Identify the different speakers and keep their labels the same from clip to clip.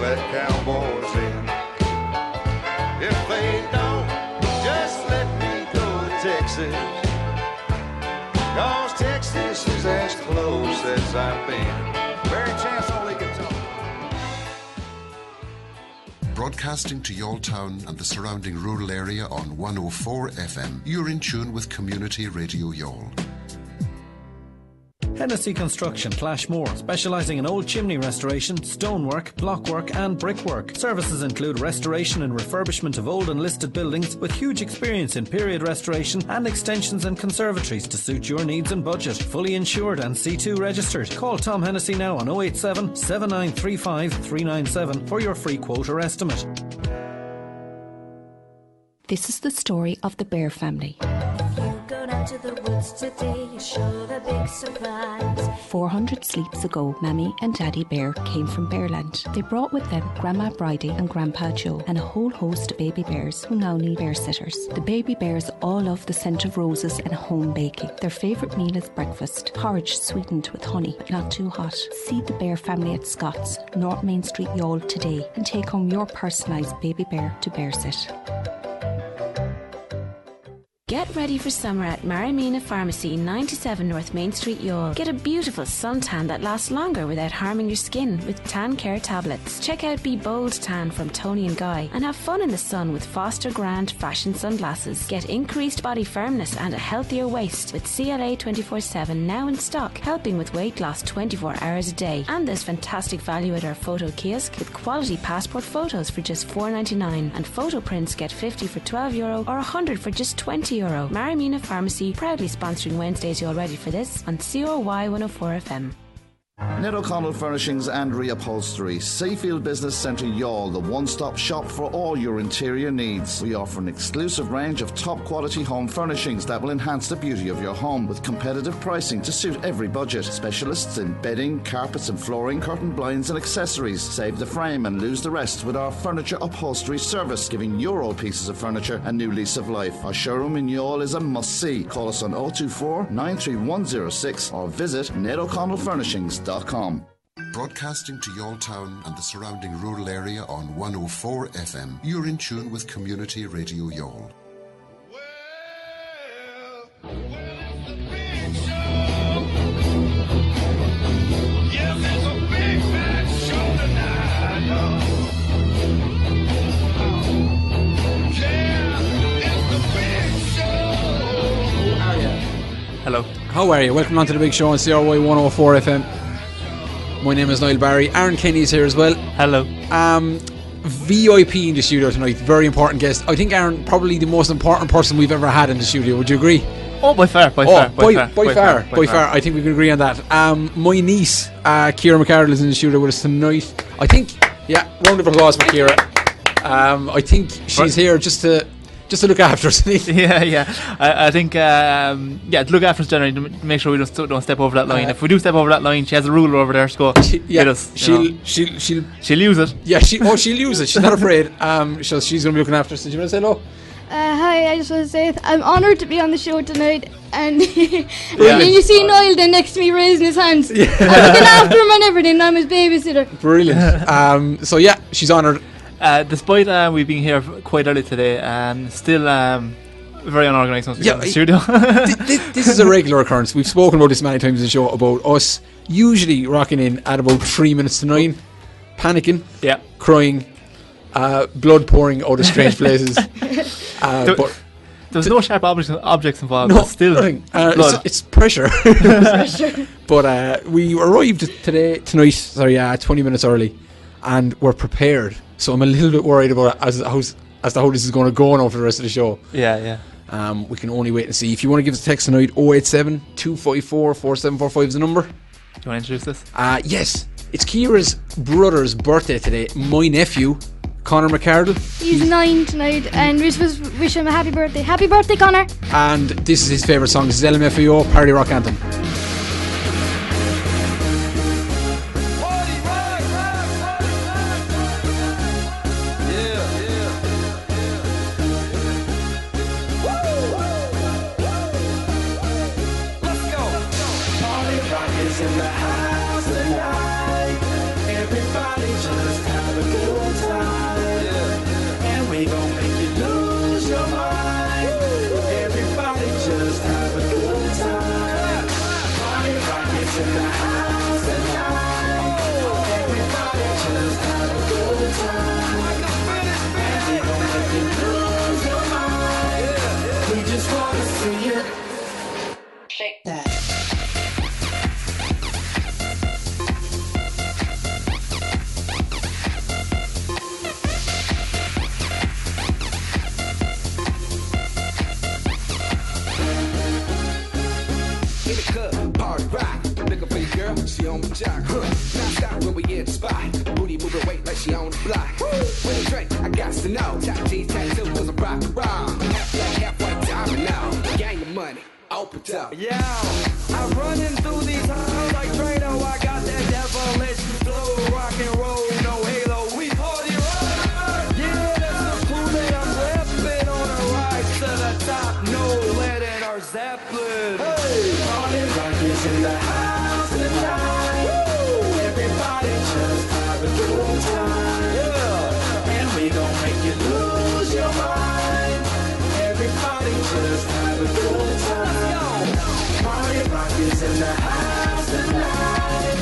Speaker 1: that cowboy's in. If they don't, just let me go to Texas. Cause Texas is as close as I've been. Barry Chancellor, Lincoln Tunnel.
Speaker 2: Broadcasting to your town and the surrounding rural area on 104 FM, you're in tune with Community Radio Yall.
Speaker 3: Hennessy Construction, Clashmore, specialising in old chimney restoration, stonework, blockwork, and brickwork. Services include restoration and refurbishment of old and listed buildings with huge experience in period restoration and extensions and conservatories to suit your needs and budget. Fully insured and C2 registered. Call Tom Hennessy now on 087 7935 397 for your free quote or estimate.
Speaker 4: This is the story of the Bear family.
Speaker 5: You go down to the woods today, you're sure a big surprise.
Speaker 4: 400 sleeps ago, Mammy and Daddy Bear came from Bearland. They brought with them Grandma Bridie and Grandpa Joe and a whole host of baby bears who now need bear sitters. The baby bears all love the scent of roses and home baking. Their favourite meal is breakfast, porridge sweetened with honey, but not too hot. See the Bear family at Scott's, North Main Street, Yall today and take home your personalised baby bear to bear sit.
Speaker 6: Get ready for summer at Marimina Pharmacy, 97 North Main Street, Yall. Get a beautiful suntan that lasts longer without harming your skin with Tan Care tablets. Check out Be Bold Tan from Tony and Guy and have fun in the sun with Foster Grand fashion sunglasses. Get increased body firmness and a healthier waist with CLA 24 7 now in stock, helping with weight loss 24 hours a day. And there's fantastic value at our photo kiosk with quality passport photos for just $4.99 and photo prints get 50 for 12 euro or 100 for just 20 euro. Marimina Pharmacy proudly sponsoring Wednesdays you're ready for this on COY 104 FM.
Speaker 7: Ned O'Connell Furnishings and Reupholstery, Seafield Business Centre Yall, the one stop shop for all your interior needs. We offer an exclusive range of top quality home furnishings that will enhance the beauty of your home with competitive pricing to suit every budget. Specialists in bedding, carpets and flooring, curtain blinds and accessories. Save the frame and lose the rest with our furniture upholstery service, giving your old pieces of furniture a new lease of life. Our showroom in Yall is a must see. Call us on 024 93106 or visit Ned O'Connell Furnishings www.radiofreeeurope.com.
Speaker 2: Broadcasting to your town and the surrounding rural area on 104 FM, you're in tune with Community Radio Yall.
Speaker 1: Yes, it's a big fat show tonight. Yeah, it's the big show. How are you?
Speaker 8: Hello. How are you? Welcome on to the big show on CRY 104 FM. My name is Niall Barry. Aaron Kenny's here as well.
Speaker 9: Hello.
Speaker 8: Um, VIP in the studio tonight. Very important guest. I think Aaron, probably the most important person we've ever had in the studio. Would you agree?
Speaker 9: Oh, by far, by far, by, far,
Speaker 8: by, far, by far. I think we can agree on that. Um, my niece, uh, Kira McCardle, is in the studio with us tonight. I think, yeah, round of applause for Kira. Um, I think she's
Speaker 9: Right.
Speaker 8: here just to just to look after us.
Speaker 9: Yeah, yeah. I, I think, um, yeah, to look after us generally, to m- make sure we don't, don't step over that line.
Speaker 8: Uh,
Speaker 9: if we do step over that line, she has a ruler over there, so
Speaker 8: She-
Speaker 9: hit
Speaker 8: yeah,
Speaker 9: us. you
Speaker 8: she'll,
Speaker 9: know.
Speaker 8: she'll, she'll,
Speaker 9: she'll use it.
Speaker 8: yeah, she, oh, she'll use it. She's not afraid. Um, so she's going to be looking after us. Did you want to say hello?
Speaker 10: Uh, hi, I just want to say th- I'm honoured to be on the show tonight. And, and
Speaker 8: Yeah.
Speaker 10: then you see Niall there next to me raising his hands. I'm looking after him and everything. I'm his babysitter.
Speaker 8: Brilliant. um, so yeah, she's honoured.
Speaker 9: Uh, despite uh, we being here f- quite early today, um, still um, very unorganised once we
Speaker 8: Yeah,
Speaker 9: got in
Speaker 8: I-
Speaker 9: the studio.
Speaker 8: Th- this is a regular occurrence. We've spoken about this many times in the show about us usually rocking in at about three minutes to nine, panicking,
Speaker 9: yeah.
Speaker 8: crying, uh, blood pouring out of strange places. Uh,
Speaker 9: Do-
Speaker 8: but
Speaker 9: There was no sharp objects, objects involved,
Speaker 8: no,
Speaker 9: but Oh, still.
Speaker 8: nothing. Uh,
Speaker 9: blood.
Speaker 8: it's, it's pressure. but uh, we arrived today, tonight, sorry, uh, 20 minutes early, and we're prepared. So I'm a little bit worried about as, how's, as to how this is going to go now for the rest of the show.
Speaker 9: yeah, yeah.
Speaker 8: Um, we can only wait and see. If you want to give us a text tonight, 087 254 4745 is the number.
Speaker 9: Do you want to introduce this?
Speaker 8: Uh, yes, it's Kira's brother's birthday today. My nephew, Connor McCardle,
Speaker 10: He's nine tonight, and we're supposed to wish him a happy birthday. Happy birthday, Connor!
Speaker 8: and this is his favourite song. This is LMFAO, Party Rock Anthem.
Speaker 1: Party rock, rock, party rock. Yeah, yeah, yeah. Woo! Let's go. Party rock is in the house tonight. Everybody just have
Speaker 11: have a good time. And we gon' make you lose your mind. Everybody just have a good time. Party rock it in the house tonight. Everybody just have a good time. And we gon' make you lose your mind. We just wanna see you. Shake that.
Speaker 12: in the club, party rock. Looking for your girl, she on my jock. Huh. Now stop when we in the spot. Booty moving weight like she on the block. With a drink, I got to know. Top G tattoo was a rock and roll. Half black, half white diamond now. Gang of money, open up.
Speaker 11: Yeah, I'm running through these halls like Trado. I got that devilish flow, rock and roll, no halo. We party rock. Yeah, that's the clue that I'm repping on a rise to the top. No lead in our Zeppelin. Hey, party rock is in the house tonight. Everybody just have a good time. Yeah, and we gon' make you lose your mind. Everybody just have a good time. Party rock is in the house tonight.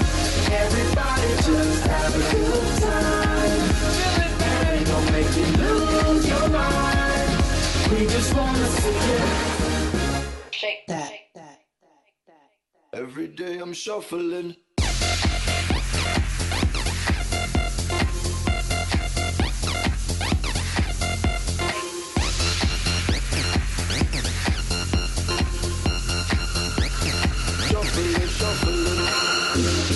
Speaker 11: Everybody just have a good time. And we gon' make you lose your mind. We just wanna see you shake that.
Speaker 13: Every day I'm shuffling.
Speaker 11: Shuffling, shuffling.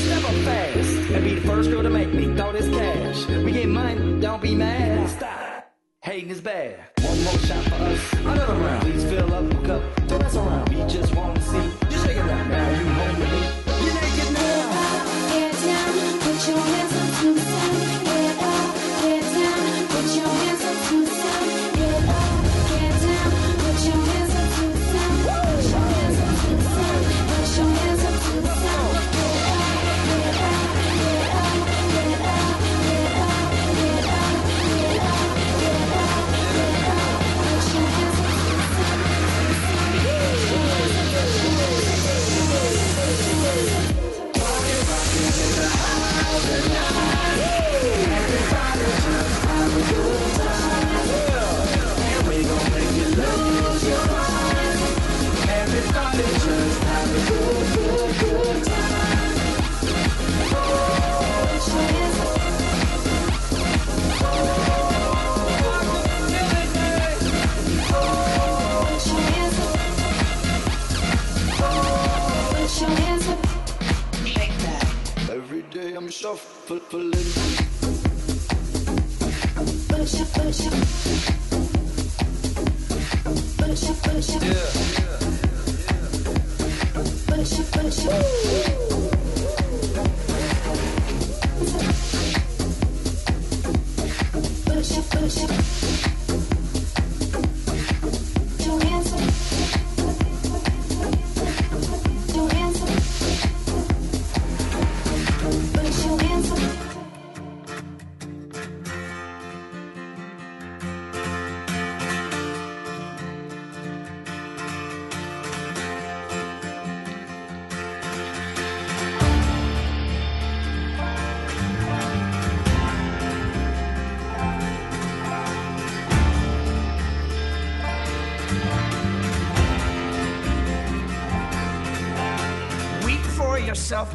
Speaker 11: Step up fast and be the first girl to make me throw this cash. We get money, don't be mad. Stop. Hating is bad. One more shot for us. Another round. Please fill up the cup. Don't mess around. We just want to see you shake it out. Now you home with me. You naked now.
Speaker 5: Get down, put your hands up to the sun. Get up, get down, put your hands up to the sun. Get up, get down, put your hands up to the sun. Put your hands up to the sun. Put your hands up to the sun. Get up, get up, get up, get up, get up, get up, get up, get up, get up. Put your hands up to the sun.
Speaker 11: Everybody just have a good, good, good time.
Speaker 5: Put your hands up. Shake that.
Speaker 13: Every day I'm shuffling.
Speaker 5: Push up, push up. Push up, push up. Push up, push up. Push up, push up. Put your hands up. Put your hands up. Put your hands up.
Speaker 11: Weak for yourself,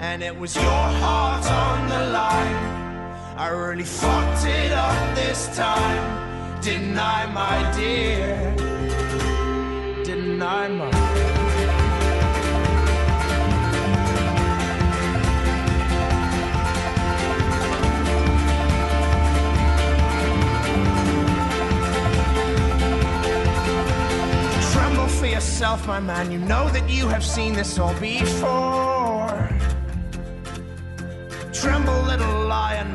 Speaker 11: And it was your heart on the line. I really fucked it up this time. Didn't I, my dear? Didn't I, my
Speaker 14: yourself, my man. You know that you have seen this all before. Tremble, little lion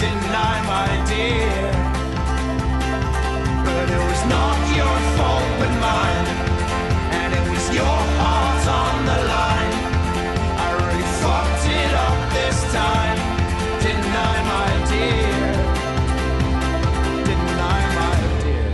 Speaker 14: didn't I, my dear? But it was not your fault, but mine. And it was your heart on the line. I really fucked it up this time, didn't I, my dear? Didn't I, my dear?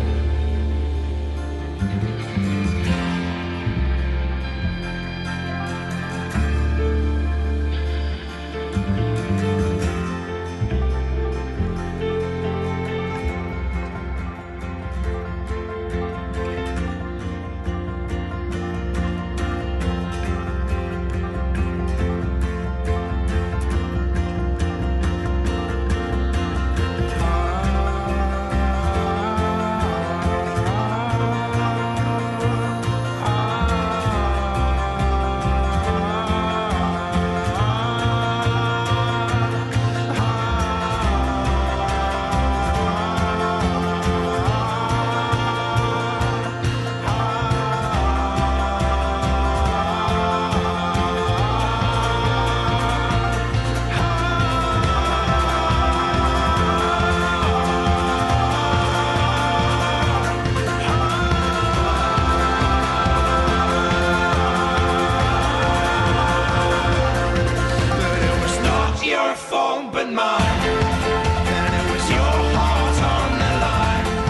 Speaker 14: It was not your fault, but mine. And it was your heart on the line.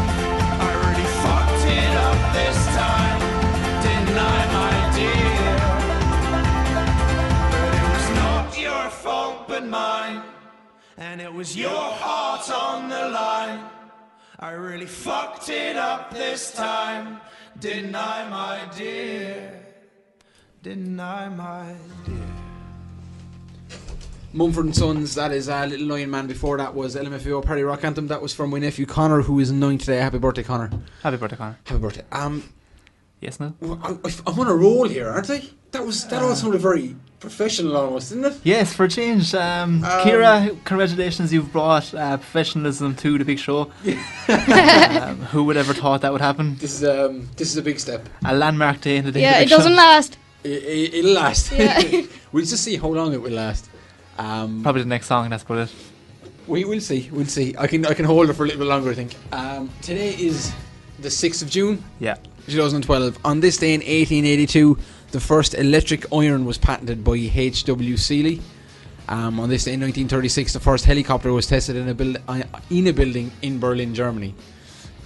Speaker 14: I really fucked it up this time, didn't I, my dear? But it was not your fault, but mine. And it was your heart on the line. I really fucked it up this time, didn't I, my dear? Didn't I, my dear?
Speaker 8: Mumford and Sons, that is uh, Little Lion Man. Before that was LMFAO Party Rock Anthem. That was from my nephew Connor, who is nine today. Happy birthday, Connor.
Speaker 9: Happy birthday, Connor.
Speaker 8: Happy birthday. Um,
Speaker 9: yes, no.
Speaker 8: I'm on a roll here, aren't I? That was that all sounded very professional almost, didn't it?
Speaker 9: Yes, for a change. Um, Kira, congratulations, you've brought uh, professionalism to the big show. um, who would ever thought that would happen?
Speaker 8: This is um, this is a big step.
Speaker 9: A landmark day in the day. of
Speaker 10: Yeah,
Speaker 9: the
Speaker 10: it
Speaker 9: big show.
Speaker 10: doesn't last.
Speaker 8: It, it, it'll last.
Speaker 10: Yeah.
Speaker 8: we'll just see how long it will last. Um,
Speaker 9: Probably the next song. That's about it.
Speaker 8: We will see. We'll see. I can I can hold it for a little bit longer. I think. Um, today is the sixth of June.
Speaker 9: Yeah.
Speaker 8: 2012. On this day in 1882, the first electric iron was patented by H.W. Seeley. Um, on this day in 1936, the first helicopter was tested in a, build, uh, in a building in Berlin, Germany.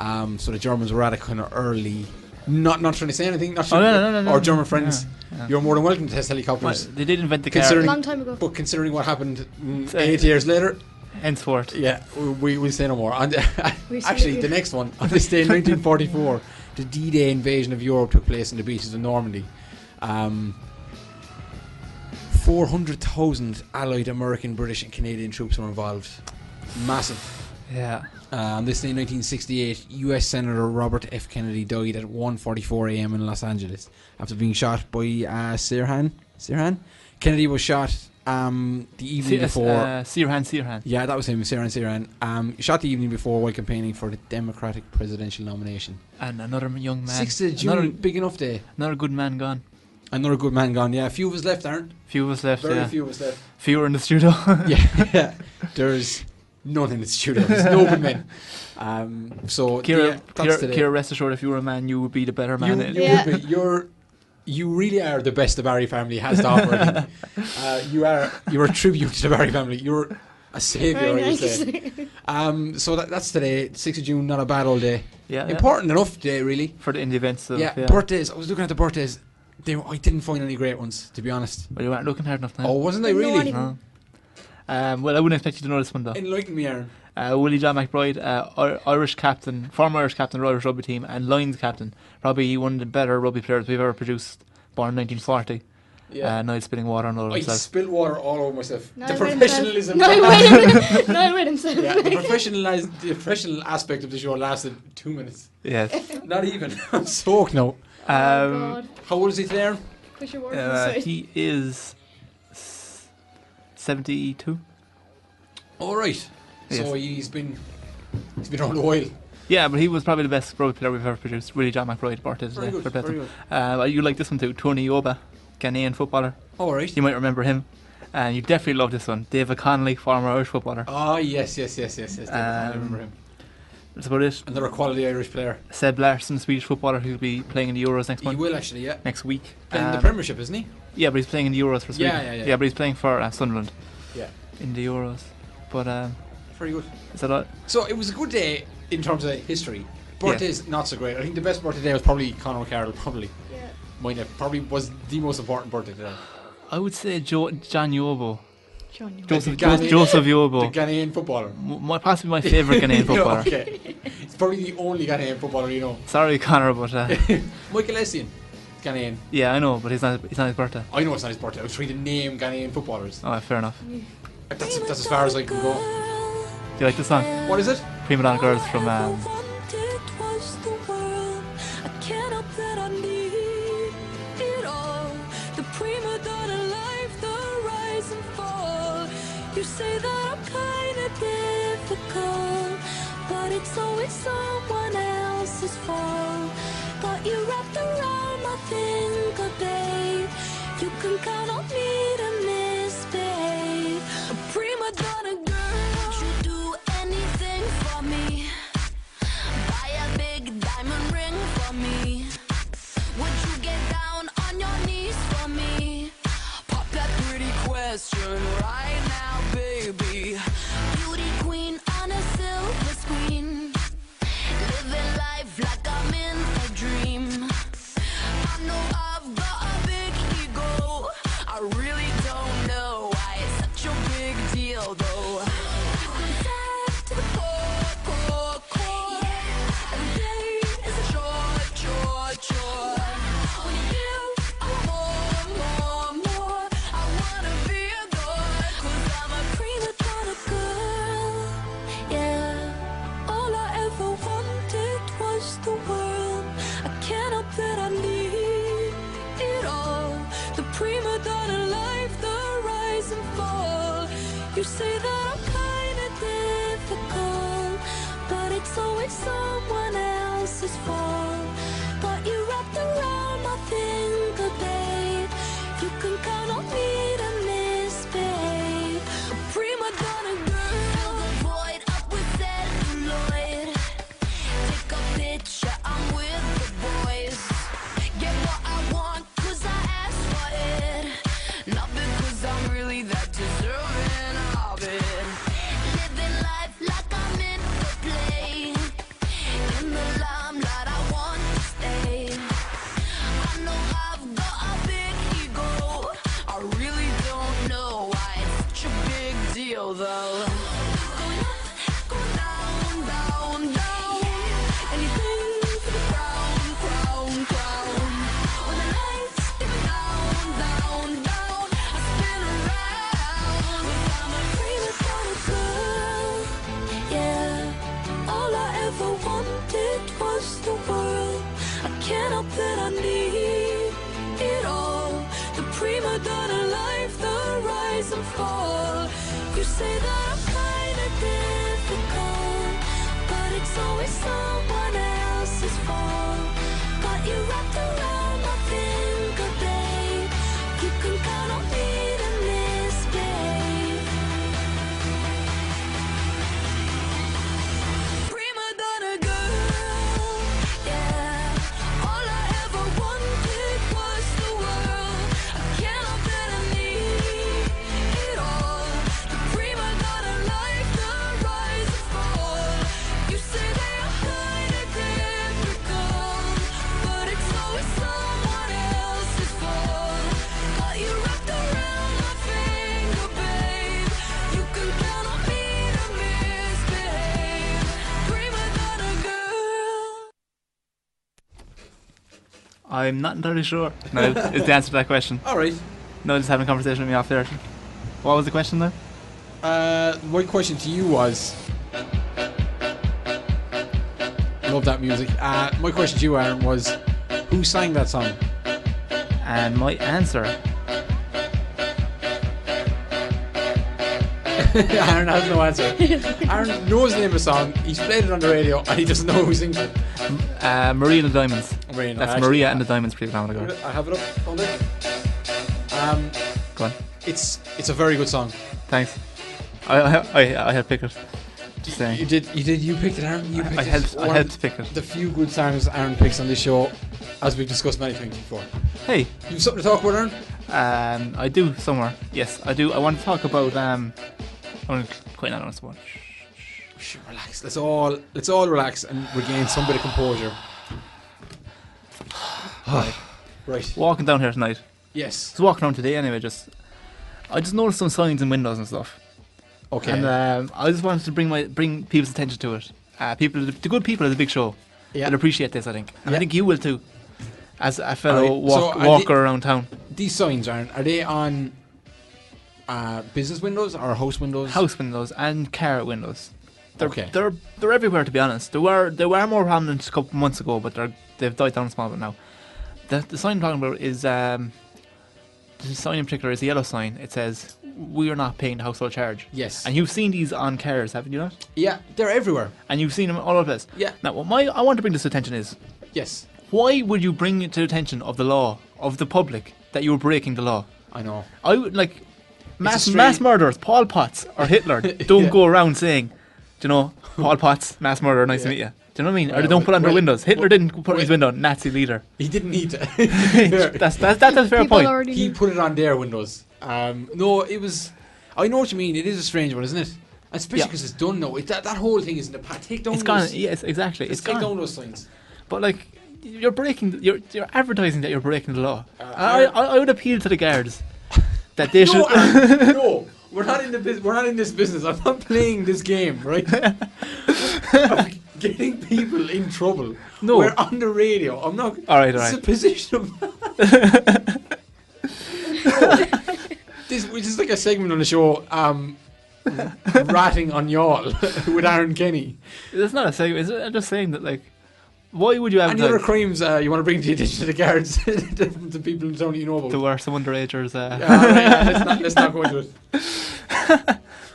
Speaker 8: Um, so the Germans were at it kind of early. Not not trying to say anything. Not
Speaker 9: Oh,
Speaker 8: trying
Speaker 9: no, no, no, no.
Speaker 8: Our German friends,
Speaker 9: Yeah, yeah.
Speaker 8: you're more than welcome to test helicopters.
Speaker 9: Well, they did invent the car.
Speaker 8: considering,
Speaker 9: Long
Speaker 10: time ago.
Speaker 8: But considering what happened mm, eight years later,
Speaker 9: henceforth.
Speaker 8: Yeah, we, we we'll say no more. And,
Speaker 9: We say
Speaker 8: actually,
Speaker 9: no
Speaker 8: the
Speaker 9: more.
Speaker 8: next one on this day in 1944, the D-Day invasion of Europe took place in the beaches of Normandy. Um, 400,000 Allied American, British, and Canadian troops were involved. Massive.
Speaker 9: Yeah.
Speaker 8: Um, this day in 1968, U.S. Senator Robert F. Kennedy died at 1:44 a.m. in Los Angeles after being shot by uh, Sirhan. Sirhan. Kennedy was shot um, the
Speaker 9: See,
Speaker 8: evening
Speaker 9: uh,
Speaker 8: before.
Speaker 9: uh, Sirhan, Sirhan.
Speaker 8: Yeah, that was him, Sirhan Sirhan. Um, shot the evening before while campaigning for the Democratic presidential nomination.
Speaker 9: And another m- young man.
Speaker 8: 6th of June,
Speaker 9: Another,
Speaker 8: big enough day.
Speaker 9: another good man gone.
Speaker 8: Another good man gone. Yeah, a few of us left, aren't?
Speaker 9: Few of us left.
Speaker 8: Very
Speaker 9: yeah.
Speaker 8: few of us left.
Speaker 9: Fewer in the studio.
Speaker 8: yeah, yeah. There's nothing in the studio. There's no good men. Um, so
Speaker 9: Kira,
Speaker 8: yeah, that's
Speaker 9: Kira,
Speaker 8: today.
Speaker 9: Kira, rest assured, if you were a man, you would be the better man.
Speaker 8: You, you would be, you're, you really are the best the Barry family has to offer. I think. uh, you are you're a tribute to the Barry family. You're a saviour,
Speaker 10: Very
Speaker 8: I would
Speaker 10: nice.
Speaker 8: say. Um, so that, that's today, 6th of June, not a bad old day.
Speaker 9: Yeah, yeah.
Speaker 8: Important enough day, really.
Speaker 9: For the indie events. Of,
Speaker 8: yeah,
Speaker 9: yeah,
Speaker 8: birthdays. I was looking at the birthdays. They, were- I didn't find any great ones, to be honest.
Speaker 9: Well, you weren't looking hard enough now.
Speaker 8: Oh, wasn't I No, really? I
Speaker 9: No.
Speaker 8: didn't.
Speaker 9: Um, well, I wouldn't expect you to know this one, though.
Speaker 8: Enlighten me, Aaron.
Speaker 9: Uh, Willie John McBride, uh, Ir- Irish captain, former Irish captain of the Irish rugby team, and Lions captain. Probably one of the better rugby players we've ever produced. born in 1940.
Speaker 8: Yeah.
Speaker 9: Uh, now spitting water on all of
Speaker 8: I
Speaker 9: himself.
Speaker 8: spilled water all over myself.
Speaker 10: No,
Speaker 8: the
Speaker 10: I wouldn't have.
Speaker 8: professionalism.
Speaker 10: No, I wouldn't have. No, I wouldn't have.
Speaker 8: Yeah, the professionalized, the professional aspect of the show lasted two minutes.
Speaker 9: Yes.
Speaker 8: Not even. I'm soaked now.
Speaker 9: Um,
Speaker 8: How old is he there?
Speaker 10: Oh, Push your
Speaker 9: uh, he is s- 72.
Speaker 8: All right. So
Speaker 9: Yes.
Speaker 8: he's been he's been around a while.
Speaker 9: Yeah, but he was probably the best rugby player we've ever produced. Really, John McBride brought it.
Speaker 8: Very
Speaker 9: uh,
Speaker 8: good,
Speaker 9: for Bethel.
Speaker 8: very good.
Speaker 9: Uh, well, you like this one too, Tony Oba, Ghanaian footballer.
Speaker 8: All right.
Speaker 9: You might remember him. And you definitely love this one, David Connolly, former Irish footballer.
Speaker 8: Ah, yes, yes, yes, yes, yes. I remember
Speaker 9: Um,
Speaker 8: him.
Speaker 9: That's about it.
Speaker 8: Another quality Irish player.
Speaker 9: Seb Larsson, Swedish footballer who'll be playing in the Euros next
Speaker 8: He
Speaker 9: month.
Speaker 8: will actually, yeah.
Speaker 9: Next week.
Speaker 8: Playing in the
Speaker 9: Um,
Speaker 8: Premiership, isn't he?
Speaker 9: Yeah, but he's playing in the Euros for Sweden.
Speaker 8: Yeah, yeah, yeah.
Speaker 9: but he's playing for uh, Sunderland.
Speaker 8: Yeah.
Speaker 9: In the Euros. But um,
Speaker 8: Very good.
Speaker 9: is that all?
Speaker 8: So it was a good day in terms of history. Birthdays not so great. I think the best birthday today was probably Conor Carroll. Probably.
Speaker 10: Yeah.
Speaker 8: Mine uh, probably was the most important birthday today.
Speaker 9: I would say jo- John Yobo.
Speaker 10: John Yobo.
Speaker 9: Joseph,
Speaker 8: The Ghanaian-
Speaker 9: Joseph, Joseph Yobo.
Speaker 8: the Ghanaian footballer.
Speaker 9: M- my, possibly my favourite Ghanaian
Speaker 8: No,
Speaker 9: footballer.
Speaker 8: okay. It's probably the only Ghanaian footballer you know.
Speaker 9: Sorry, Connor, but uh,
Speaker 8: Michael Essien, Ghanaian.
Speaker 9: yeah, I know, but he's not. He's not his birthday.
Speaker 8: I know it's not his birthday. I was trying to name Ghanaian footballers.
Speaker 9: Oh, fair enough. Do
Speaker 8: That's, that's as far as I can go.
Speaker 9: you like this song?
Speaker 8: What is it?
Speaker 9: Prima Donna Girls from um,
Speaker 5: You say that I'm kinda difficult, but it's always someone else's fault. Got you wrapped around my finger, babe. You can count on me to misbehave. A prima donna girl, you do anything for me. Buy a big diamond ring for me. Would you get down on your knees for me? Pop that pretty question right now, baby. Beauty queen on a silver screen. Living life like I'm in a dream. I know I've got a big ego. I really don't know why it's such a big deal, though. I've been tied to the core, core, core. Every day is a chore, chore, chore. With you, I want more, more, more. I wanna be a god, cause I'm a prima donna girl. Yeah. All I ever wanted was the world. I can't help that I need it all. The prima donna life, the rise and fall. You say that I'm kinda difficult, but it's always someone else's fault. Got you wrapped around my finger, babe. You can count on me to misbehave. A prima donna girl, fill the void up with celluloid. Take a picture, I'm with the boys. Get what I want, cause I asked for it. Not because I'm really that deserving of it. Living life like I'm in a play. In the limelight, I want to stay. I know I've got a big ego. I really don't know why it's such a big deal, though. Going up, going down, down, down. Anything for the crown, crown, crown. When the lights dim down, down, down, I spin around. I'm a prima donna girl, yeah. All I ever wanted was the world. I can't help that I need it all. The prima donna life, the rise and fall. You say that I'm kinda difficult, but it's always someone else's fault. Got you wrapped around my finger, babe. You can count on me to misbehave. prima donna girl. Yeah, all I ever wanted was the world. I can't help that I need it all. The prima donna life, the rise and fall. You say they are kind of difficult, but it's always. so
Speaker 9: I'm not entirely sure. No, is the answer to that question.
Speaker 8: All right.
Speaker 9: No, just having a conversation with me off there. What was the question though?
Speaker 8: Uh, my question to you was. Love that music. Uh, my question to you, Aaron, was who sang that song?
Speaker 9: And my answer.
Speaker 8: Aaron has no answer. Aaron knows the name of the song. He's played it on the radio, and he doesn't know who sings it.
Speaker 9: Uh, Maria and the Diamonds.
Speaker 8: Maria and the-
Speaker 9: That's
Speaker 8: actually,
Speaker 9: Maria
Speaker 8: yeah.
Speaker 9: and the Diamonds. Pretty long ago.
Speaker 8: I have it up. Hold it. Um,
Speaker 9: Go on.
Speaker 8: It's it's a very good song.
Speaker 9: Thanks. I I I, I had picked it. Just saying.
Speaker 8: You did you did you picked it, Aaron. You
Speaker 9: I-
Speaker 8: picked
Speaker 9: I
Speaker 8: it.
Speaker 9: helped- I
Speaker 8: One
Speaker 9: helped
Speaker 8: of
Speaker 9: pick it.
Speaker 8: The few good songs Aaron picks on this show, as we've discussed many times before.
Speaker 9: Hey,
Speaker 8: you've something to talk about, Aaron?
Speaker 9: Um, I do somewhere. Yes, I do. I want to talk about um. I'm gonna quite an honest one.
Speaker 8: Shh, relax. Let's all let's all relax and regain some bit of composure.
Speaker 9: Right.
Speaker 8: Right.
Speaker 9: Walking down here tonight.
Speaker 8: Yes.
Speaker 9: Just walking around today anyway, just I just noticed some signs in windows and stuff.
Speaker 8: Okay.
Speaker 9: And um, I just wanted to bring my bring people's attention to it. Uh, people the good people at the big show.
Speaker 8: Yeah.
Speaker 9: Will appreciate this I think. And I
Speaker 8: Yeah.
Speaker 9: think you will too. As a fellow
Speaker 8: Alright,
Speaker 9: walk,
Speaker 8: so are
Speaker 9: walker
Speaker 8: the-
Speaker 9: around town.
Speaker 8: These signs, Aaron, are they on uh, business windows or house windows?
Speaker 9: House windows and car windows. They're,
Speaker 8: Okay.
Speaker 9: They're they're everywhere to be honest. They were they were more prominent a couple of months ago, but they're they've died down a small bit now. The the sign I'm talking about is um the sign in particular is the yellow sign. It says we are not paying the household charge.
Speaker 8: Yes.
Speaker 9: And you've seen these on cars, haven't you not?
Speaker 8: Yeah, they're everywhere.
Speaker 9: And you've seen them all over the place.
Speaker 8: Yeah.
Speaker 9: Now what my I want to bring this to attention is
Speaker 8: Yes.
Speaker 9: why would you bring it to the attention of the law, of the public, that you were breaking the law?
Speaker 8: I know.
Speaker 9: I would like mass
Speaker 8: strange-
Speaker 9: mass murderers, Paul Potts or Hitler, don't
Speaker 8: Yeah.
Speaker 9: go around saying, "Do you know Paul Potts, mass murderer, nice to
Speaker 8: Yeah.
Speaker 9: meet you." Do you know what I mean? or they
Speaker 8: Well,
Speaker 9: don't put on their
Speaker 8: well,
Speaker 9: windows. Hitler
Speaker 8: well,
Speaker 9: didn't put on his window. Nazi leader.
Speaker 8: He didn't need to.
Speaker 9: that's, that's, that's a fair point.
Speaker 8: He put it on their windows. Um, no, it was. I know what you mean. It is a strange one, isn't it? And Especially
Speaker 9: Yeah.
Speaker 8: because it's done now. It, that, that whole thing is in the past. Take down
Speaker 9: It's gone.
Speaker 8: those.
Speaker 9: Yes, exactly.
Speaker 8: Let's
Speaker 9: It's
Speaker 8: take
Speaker 9: gone.
Speaker 8: down those signs.
Speaker 9: But like, you're breaking. You're you're advertising that you're breaking the law.
Speaker 8: Uh,
Speaker 9: I, I I would appeal to the guards that they should.
Speaker 8: No, Aaron, no, we're not in the bus- we're not in this business. I'm not playing this game, right? I'm getting people in trouble.
Speaker 9: No.
Speaker 8: we're on the radio. I'm not.
Speaker 9: All right, all
Speaker 8: This is
Speaker 9: right.
Speaker 8: a position of. no. This which is like a segment on the show. Um, ratting on y'all with Aaron Kenny.
Speaker 9: That's not a segment. is it? I'm just saying that like, why would you
Speaker 8: Any other
Speaker 9: advertise
Speaker 8: crimes uh, you want to bring to the attention of the guards, the people in town you know about?
Speaker 9: to where some underagers? Uh,
Speaker 8: Yeah, all right, yeah, let's, not, let's not go into it.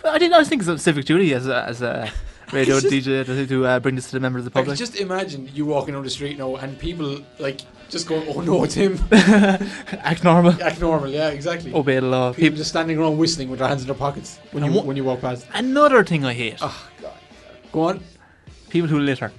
Speaker 9: I didn't. I was thinking of civic duty as a, as a radio
Speaker 8: It's just-
Speaker 9: DJ to, to uh, bring this to the members of the
Speaker 8: Like,
Speaker 9: public.
Speaker 8: just imagine you walking down the street now and people like just going, "Oh no, it's him."
Speaker 9: Act normal.
Speaker 8: Act normal, yeah, exactly.
Speaker 9: Obey the law.
Speaker 8: people just standing around whistling with their hands in their pockets when
Speaker 9: And
Speaker 8: you
Speaker 9: wha-
Speaker 8: when you walk past. Oh,
Speaker 9: Another thing I hate.
Speaker 8: Go on.
Speaker 9: People who litter.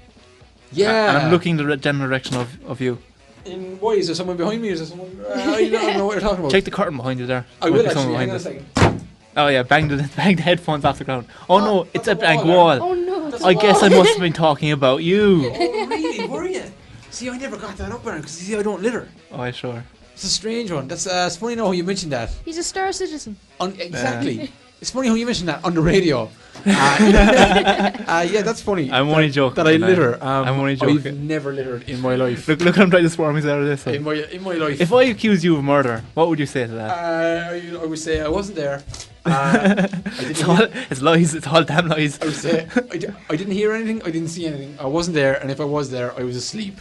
Speaker 8: Yeah.
Speaker 9: And I'm looking the re- general direction of, of you.
Speaker 8: In why is there someone behind me? Is there someone? Uh, I don't know what you're talking about.
Speaker 9: Check the curtain behind you there.
Speaker 8: I
Speaker 9: Might
Speaker 8: will
Speaker 9: be
Speaker 8: actually.
Speaker 9: someone
Speaker 8: Hang on a
Speaker 9: behind
Speaker 8: second.
Speaker 9: us. Oh yeah, bang the bang the headphones off the ground. Oh, no, it's a blank wall.
Speaker 8: Oh no. That's
Speaker 9: I
Speaker 8: a
Speaker 9: guess I
Speaker 8: wall.
Speaker 9: must have been talking about you.
Speaker 8: oh really? Were you? See, I never got that up, Aaron, because see, I don't litter.
Speaker 9: Oh yeah, sure.
Speaker 8: It's a strange one. That's uh, it's funny now how you mentioned that.
Speaker 10: He's a star citizen.
Speaker 8: On, exactly. It's funny how you mentioned that on the radio. Uh, uh, yeah, that's funny.
Speaker 9: I'm only joking.
Speaker 8: that I
Speaker 9: no.
Speaker 8: litter. Um,
Speaker 9: I'm only
Speaker 8: I've
Speaker 9: joking.
Speaker 8: never littered in my life.
Speaker 9: Look, look, I'm trying to swarm me out of this. one.
Speaker 8: In my in my life.
Speaker 9: If I accuse you of murder, what would you say to that?
Speaker 8: uh, I I would say I wasn't there. Uh, I didn't
Speaker 9: It's all, it's lies. It's all damn lies.
Speaker 8: I would say I, di- I didn't hear anything. I didn't see anything. I wasn't there, and if I was there, I was asleep.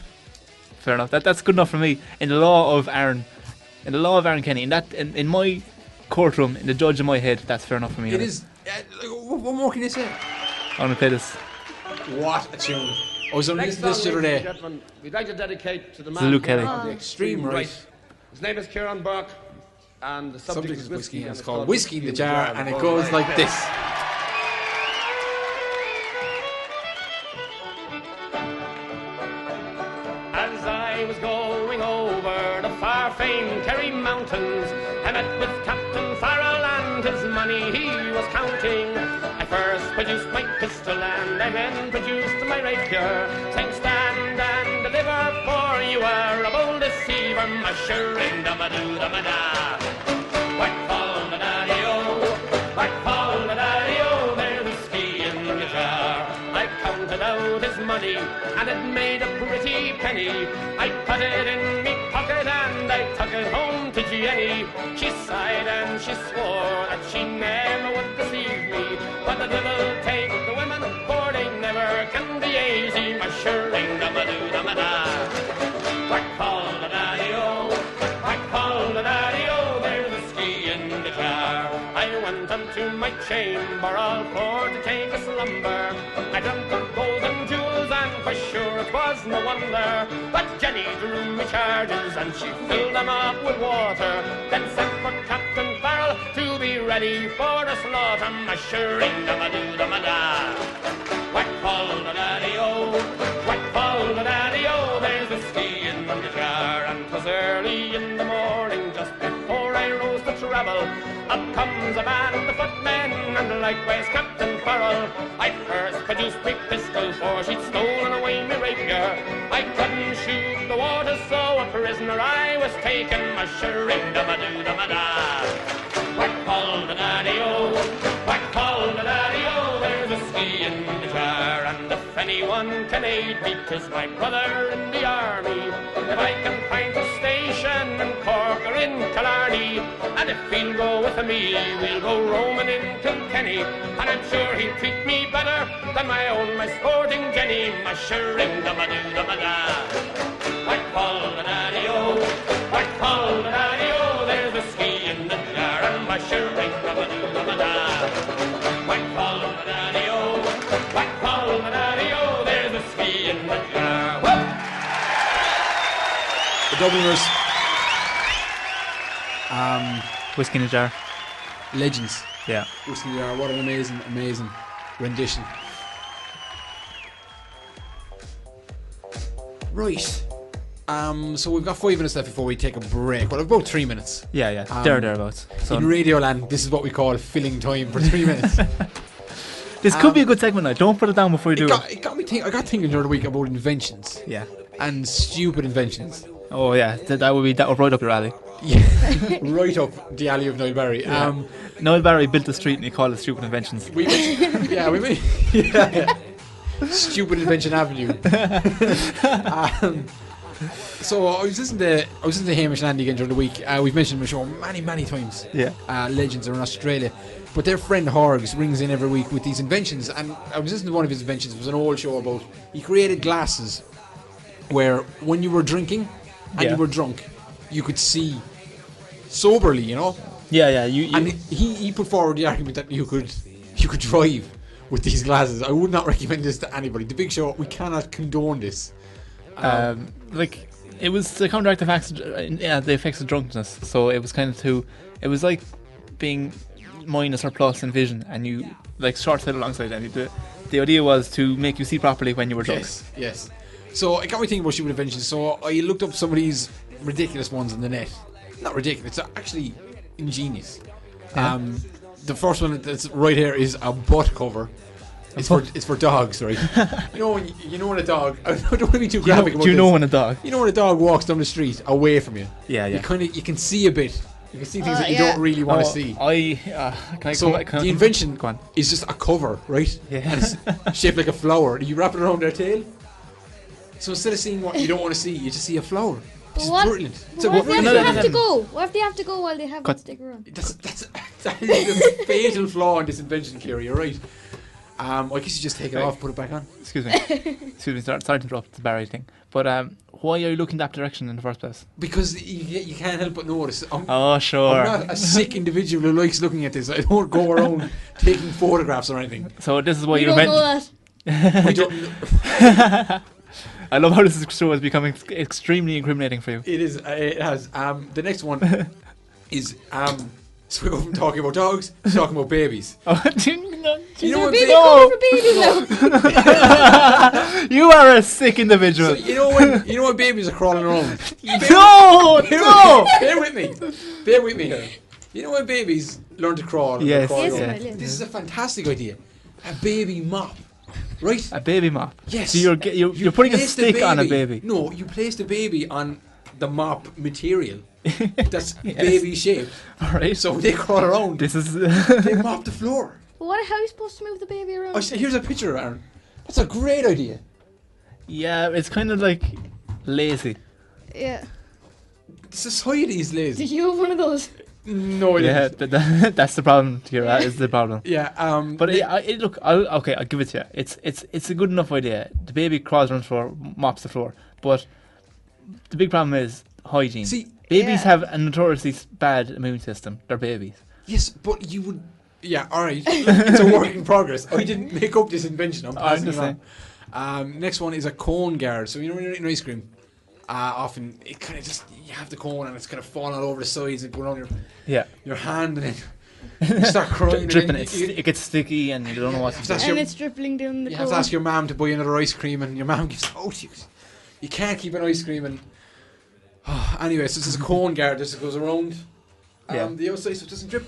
Speaker 9: Fair enough. That that's good enough for me. In the law of Aaron, in the law of Aaron Kenny, in that in, in my courtroom, in the judge in my head, that's fair enough for me.
Speaker 8: It is. Uh, like, wh- what more can you say?
Speaker 9: I'm gonna play this.
Speaker 8: What a tune! I was on
Speaker 15: Next
Speaker 8: this this the
Speaker 15: song,
Speaker 8: other
Speaker 15: ladies and
Speaker 8: day.
Speaker 15: gentlemen, we'd like to dedicate to the
Speaker 9: It's
Speaker 15: man
Speaker 9: Luke Kelly.
Speaker 15: on the extreme
Speaker 8: Right.
Speaker 15: right. His name is Kieran Burke, and the subject,
Speaker 8: Subject
Speaker 15: is
Speaker 8: is
Speaker 15: whiskey,
Speaker 8: whiskey, and it's called Whiskey in the Jar, and it goes like this.
Speaker 15: As I was going over the far-famed Kerry Mountains, I met with Captain Farrell and his money he was counting. I first produced my pistol and I then produced my rapier, saying, "Stand and deliver, for you are a bold deceiver." Mushering da ma doo da ma da, white fall da da white fall da da there's whiskey in the jar. I counted out his money and it made a pretty penny. I put it in me pocket pocket and I took it home to Jenny. She sighed and she swore that she never would deceive me. But the devil take the women, for they never can be easy. My shirling, da ba doo da ba da. Quack call the daddy o, quack call the daddy o. There's whiskey in the jar. I went unto my chamber all for to take a slumber. I drank of gold and jewels and for sure it was no wonder. But Jenny drew me charges and she filled them up with water. Then sent for Captain Farrell to be ready for the slaughter. My shirring da ba doo da ma da. Quack fall the daddy oh. o, quack fall the daddy o. There's whiskey in the jar and 'twas early in the morning just before I rose to travel. Up comes a man of the footmen, and likewise Captain Farrell. I first produced my pistol, for she'd stolen away my rapier. I couldn't shoot the water, so a prisoner I was taken. My shirring da ba doo da ba da. Quack call the daddy oh. o, quack call the daddy o. There's whiskey in the jar, and if anyone can aid me, 'tis my brother in the army. If I can find a station in Cork or in Killarney, and if he'll go with me, we'll go roaming in Kilkenny. And I'm sure he'll treat me better than my own, my sporting Jenny, my shirring da ba doo da ba da. Quack fall the daddy o, quack fall the daddy o, there's a ski in the jar, and my shirring da ba doo da ba da. Quack fall the daddy o, quack fall the daddy o, oh. there's a ski in the jar. Whoop!
Speaker 8: The Dubliners.
Speaker 9: Um, Whiskey in a jar.
Speaker 8: Legends.
Speaker 9: Yeah.
Speaker 8: Whiskey in a Jar, What an amazing, amazing rendition. Right. Um, so we've got five minutes left before we take a break. Well, about three minutes. Um,
Speaker 9: Yeah, yeah. There, thereabouts. So-
Speaker 8: in Radioland, this is what we call filling time for three minutes. Um,
Speaker 9: This could be a good segment now. Don't put it down before you do it.
Speaker 8: It got, it got me think- I got thinking the other week about inventions.
Speaker 9: Yeah.
Speaker 8: And stupid inventions.
Speaker 9: Oh yeah, th- that would be that would right up your alley.
Speaker 8: Yeah. right up the alley of Noel Barry. Um,
Speaker 9: Noel Barry built a street and he called it Stupid Inventions.
Speaker 8: we went, yeah, we went, yeah. Stupid Invention Avenue. um, so I was listening to I was listening to Hamish and Andy again during the week. Uh, we've mentioned him on the show many many times.
Speaker 9: Yeah.
Speaker 8: uh, legends are in Australia, but their friend Horgs rings in every week with these inventions. And I was listening to one of his inventions. It was an old show about he created glasses where when you were drinking and
Speaker 9: Yeah.
Speaker 8: you were drunk, you could see soberly. You know.
Speaker 9: Yeah, yeah. You, you
Speaker 8: And he, he put forward the argument that you could you could drive with these glasses. I would not recommend this to anybody. The Big Show, we cannot condone this.
Speaker 9: um, like it was to counteract the facts, yeah, the effects of drunkenness. So it was kind of to, it was like being minus or plus in vision, and you like short sighted alongside, and you do it. The idea was to make you see properly when you were drunk.
Speaker 8: Yes, yes. So I got me thinking about stupid inventions. So I looked up some of these ridiculous ones on the net. Not ridiculous, they're actually ingenious.
Speaker 9: Yeah.
Speaker 8: Um, the first one that's right here is a butt cover. It's for it's for dogs, right? you know, when you, you know when a dog. I don't want to
Speaker 9: Do
Speaker 8: be too
Speaker 9: you know-
Speaker 8: graphic. about
Speaker 9: do you know
Speaker 8: this.
Speaker 9: when a dog-
Speaker 8: You know when a dog walks down the street away from you.
Speaker 9: Yeah,
Speaker 8: You
Speaker 9: yeah.
Speaker 8: kind of you can see a bit. You can see things
Speaker 9: Uh,
Speaker 8: that you
Speaker 9: yeah.
Speaker 8: don't really want to
Speaker 9: No,
Speaker 8: see.
Speaker 9: I uh, can I
Speaker 8: so
Speaker 9: come back- can I come-
Speaker 8: the invention
Speaker 9: go on.
Speaker 8: is just a cover, right? Yeah. And it's shaped like a flower. You wrap it around their tail. So instead of seeing what you don't want to see, you just see a flower. It's
Speaker 10: What?
Speaker 8: brilliant. It's a
Speaker 10: what if they
Speaker 8: brilliant
Speaker 10: actually have to
Speaker 8: invention.
Speaker 10: go? What if they have to go while they have
Speaker 8: Cut.
Speaker 10: the sticker on?
Speaker 8: That's that's that is a fatal flaw in this invention, Kira. You're right. Um, I guess you just take it
Speaker 9: Right.
Speaker 8: off, put it back on.
Speaker 9: Excuse me. Excuse me. Sorry, sorry to interrupt the Barry thing, but um, why are you looking that direction in the first place?
Speaker 8: Because you, you can't help but notice. I'm,
Speaker 9: Oh, sure.
Speaker 8: I'm not a sick individual who likes looking at this. I don't go around taking photographs or anything.
Speaker 9: So this is why
Speaker 8: We
Speaker 9: you
Speaker 8: don't
Speaker 9: invent-
Speaker 8: know that. We don't
Speaker 9: I love how this show is becoming ex- extremely incriminating for you.
Speaker 8: It is. Uh, it has. Um, the next one is. Um, so we go from talking about dogs to talking about babies.
Speaker 9: You
Speaker 8: know
Speaker 9: know
Speaker 8: what I'm
Speaker 9: baby
Speaker 8: saying?
Speaker 9: call you are a sick individual.
Speaker 8: You know when you know when babies are crawling around.
Speaker 9: no,
Speaker 8: bear
Speaker 9: no.
Speaker 8: With, bear with me. Bear with me here. You know when babies learn to crawl. and
Speaker 9: Yes.
Speaker 8: crawl
Speaker 9: Yes,
Speaker 8: around?
Speaker 9: I will, yes.
Speaker 8: This is a fantastic idea. A baby mop. Right.
Speaker 9: A baby mop.
Speaker 8: Yes.
Speaker 9: So you're ge- you're, you're putting a
Speaker 8: place the
Speaker 9: stick on a baby.
Speaker 8: No, you place the baby on the mop material. That's baby shaped.
Speaker 9: All right.
Speaker 8: So they crawl around.
Speaker 9: This is.
Speaker 8: they mop the floor.
Speaker 10: But what? How are you supposed to move the baby around?
Speaker 8: Oh, so here's a picture, Aaron. That's a great idea. Oh,
Speaker 9: Yeah, it's kind of like lazy.
Speaker 10: yeah.
Speaker 8: Society's lazy.
Speaker 10: Did you have one of those?
Speaker 8: No, I
Speaker 9: yeah, th-
Speaker 8: didn't.
Speaker 9: th- that's the problem. Here, that is the problem.
Speaker 8: Yeah, um,
Speaker 9: but
Speaker 8: they-
Speaker 9: it, I, it, look, I'll, okay, I'll give it to you. It's it's it's a good enough idea. The baby crawls around the floor, mops the floor, but the big problem is hygiene.
Speaker 8: See,
Speaker 9: babies
Speaker 8: yeah.
Speaker 9: have a notoriously s- bad immune system. They're babies.
Speaker 8: Yes, but you would. Yeah, all right. it's a work in progress. I didn't make up this invention. I'm
Speaker 9: I
Speaker 8: passing it
Speaker 9: understand.
Speaker 8: on. Um, next one is a cone guard. So you know when you're eating ice cream, uh, often it kind of just you have the cone and it's kind of falling all over the sides and going on your
Speaker 9: Yeah.
Speaker 8: your hand and then you start crying. and
Speaker 9: dripping.
Speaker 8: then
Speaker 9: It,
Speaker 8: you-
Speaker 9: it gets sticky, and you don't know what to
Speaker 8: If
Speaker 9: do.
Speaker 8: that's
Speaker 10: and
Speaker 8: your-
Speaker 10: it's dribbling down the
Speaker 8: you
Speaker 10: yeah,
Speaker 8: have to ask your mom to buy another ice cream, and your mom gives out. oh, You, you can't keep an ice cream, and anyway, so this is a cone guard. This goes around. Um,
Speaker 9: Yeah.
Speaker 8: The outside so it doesn't drip.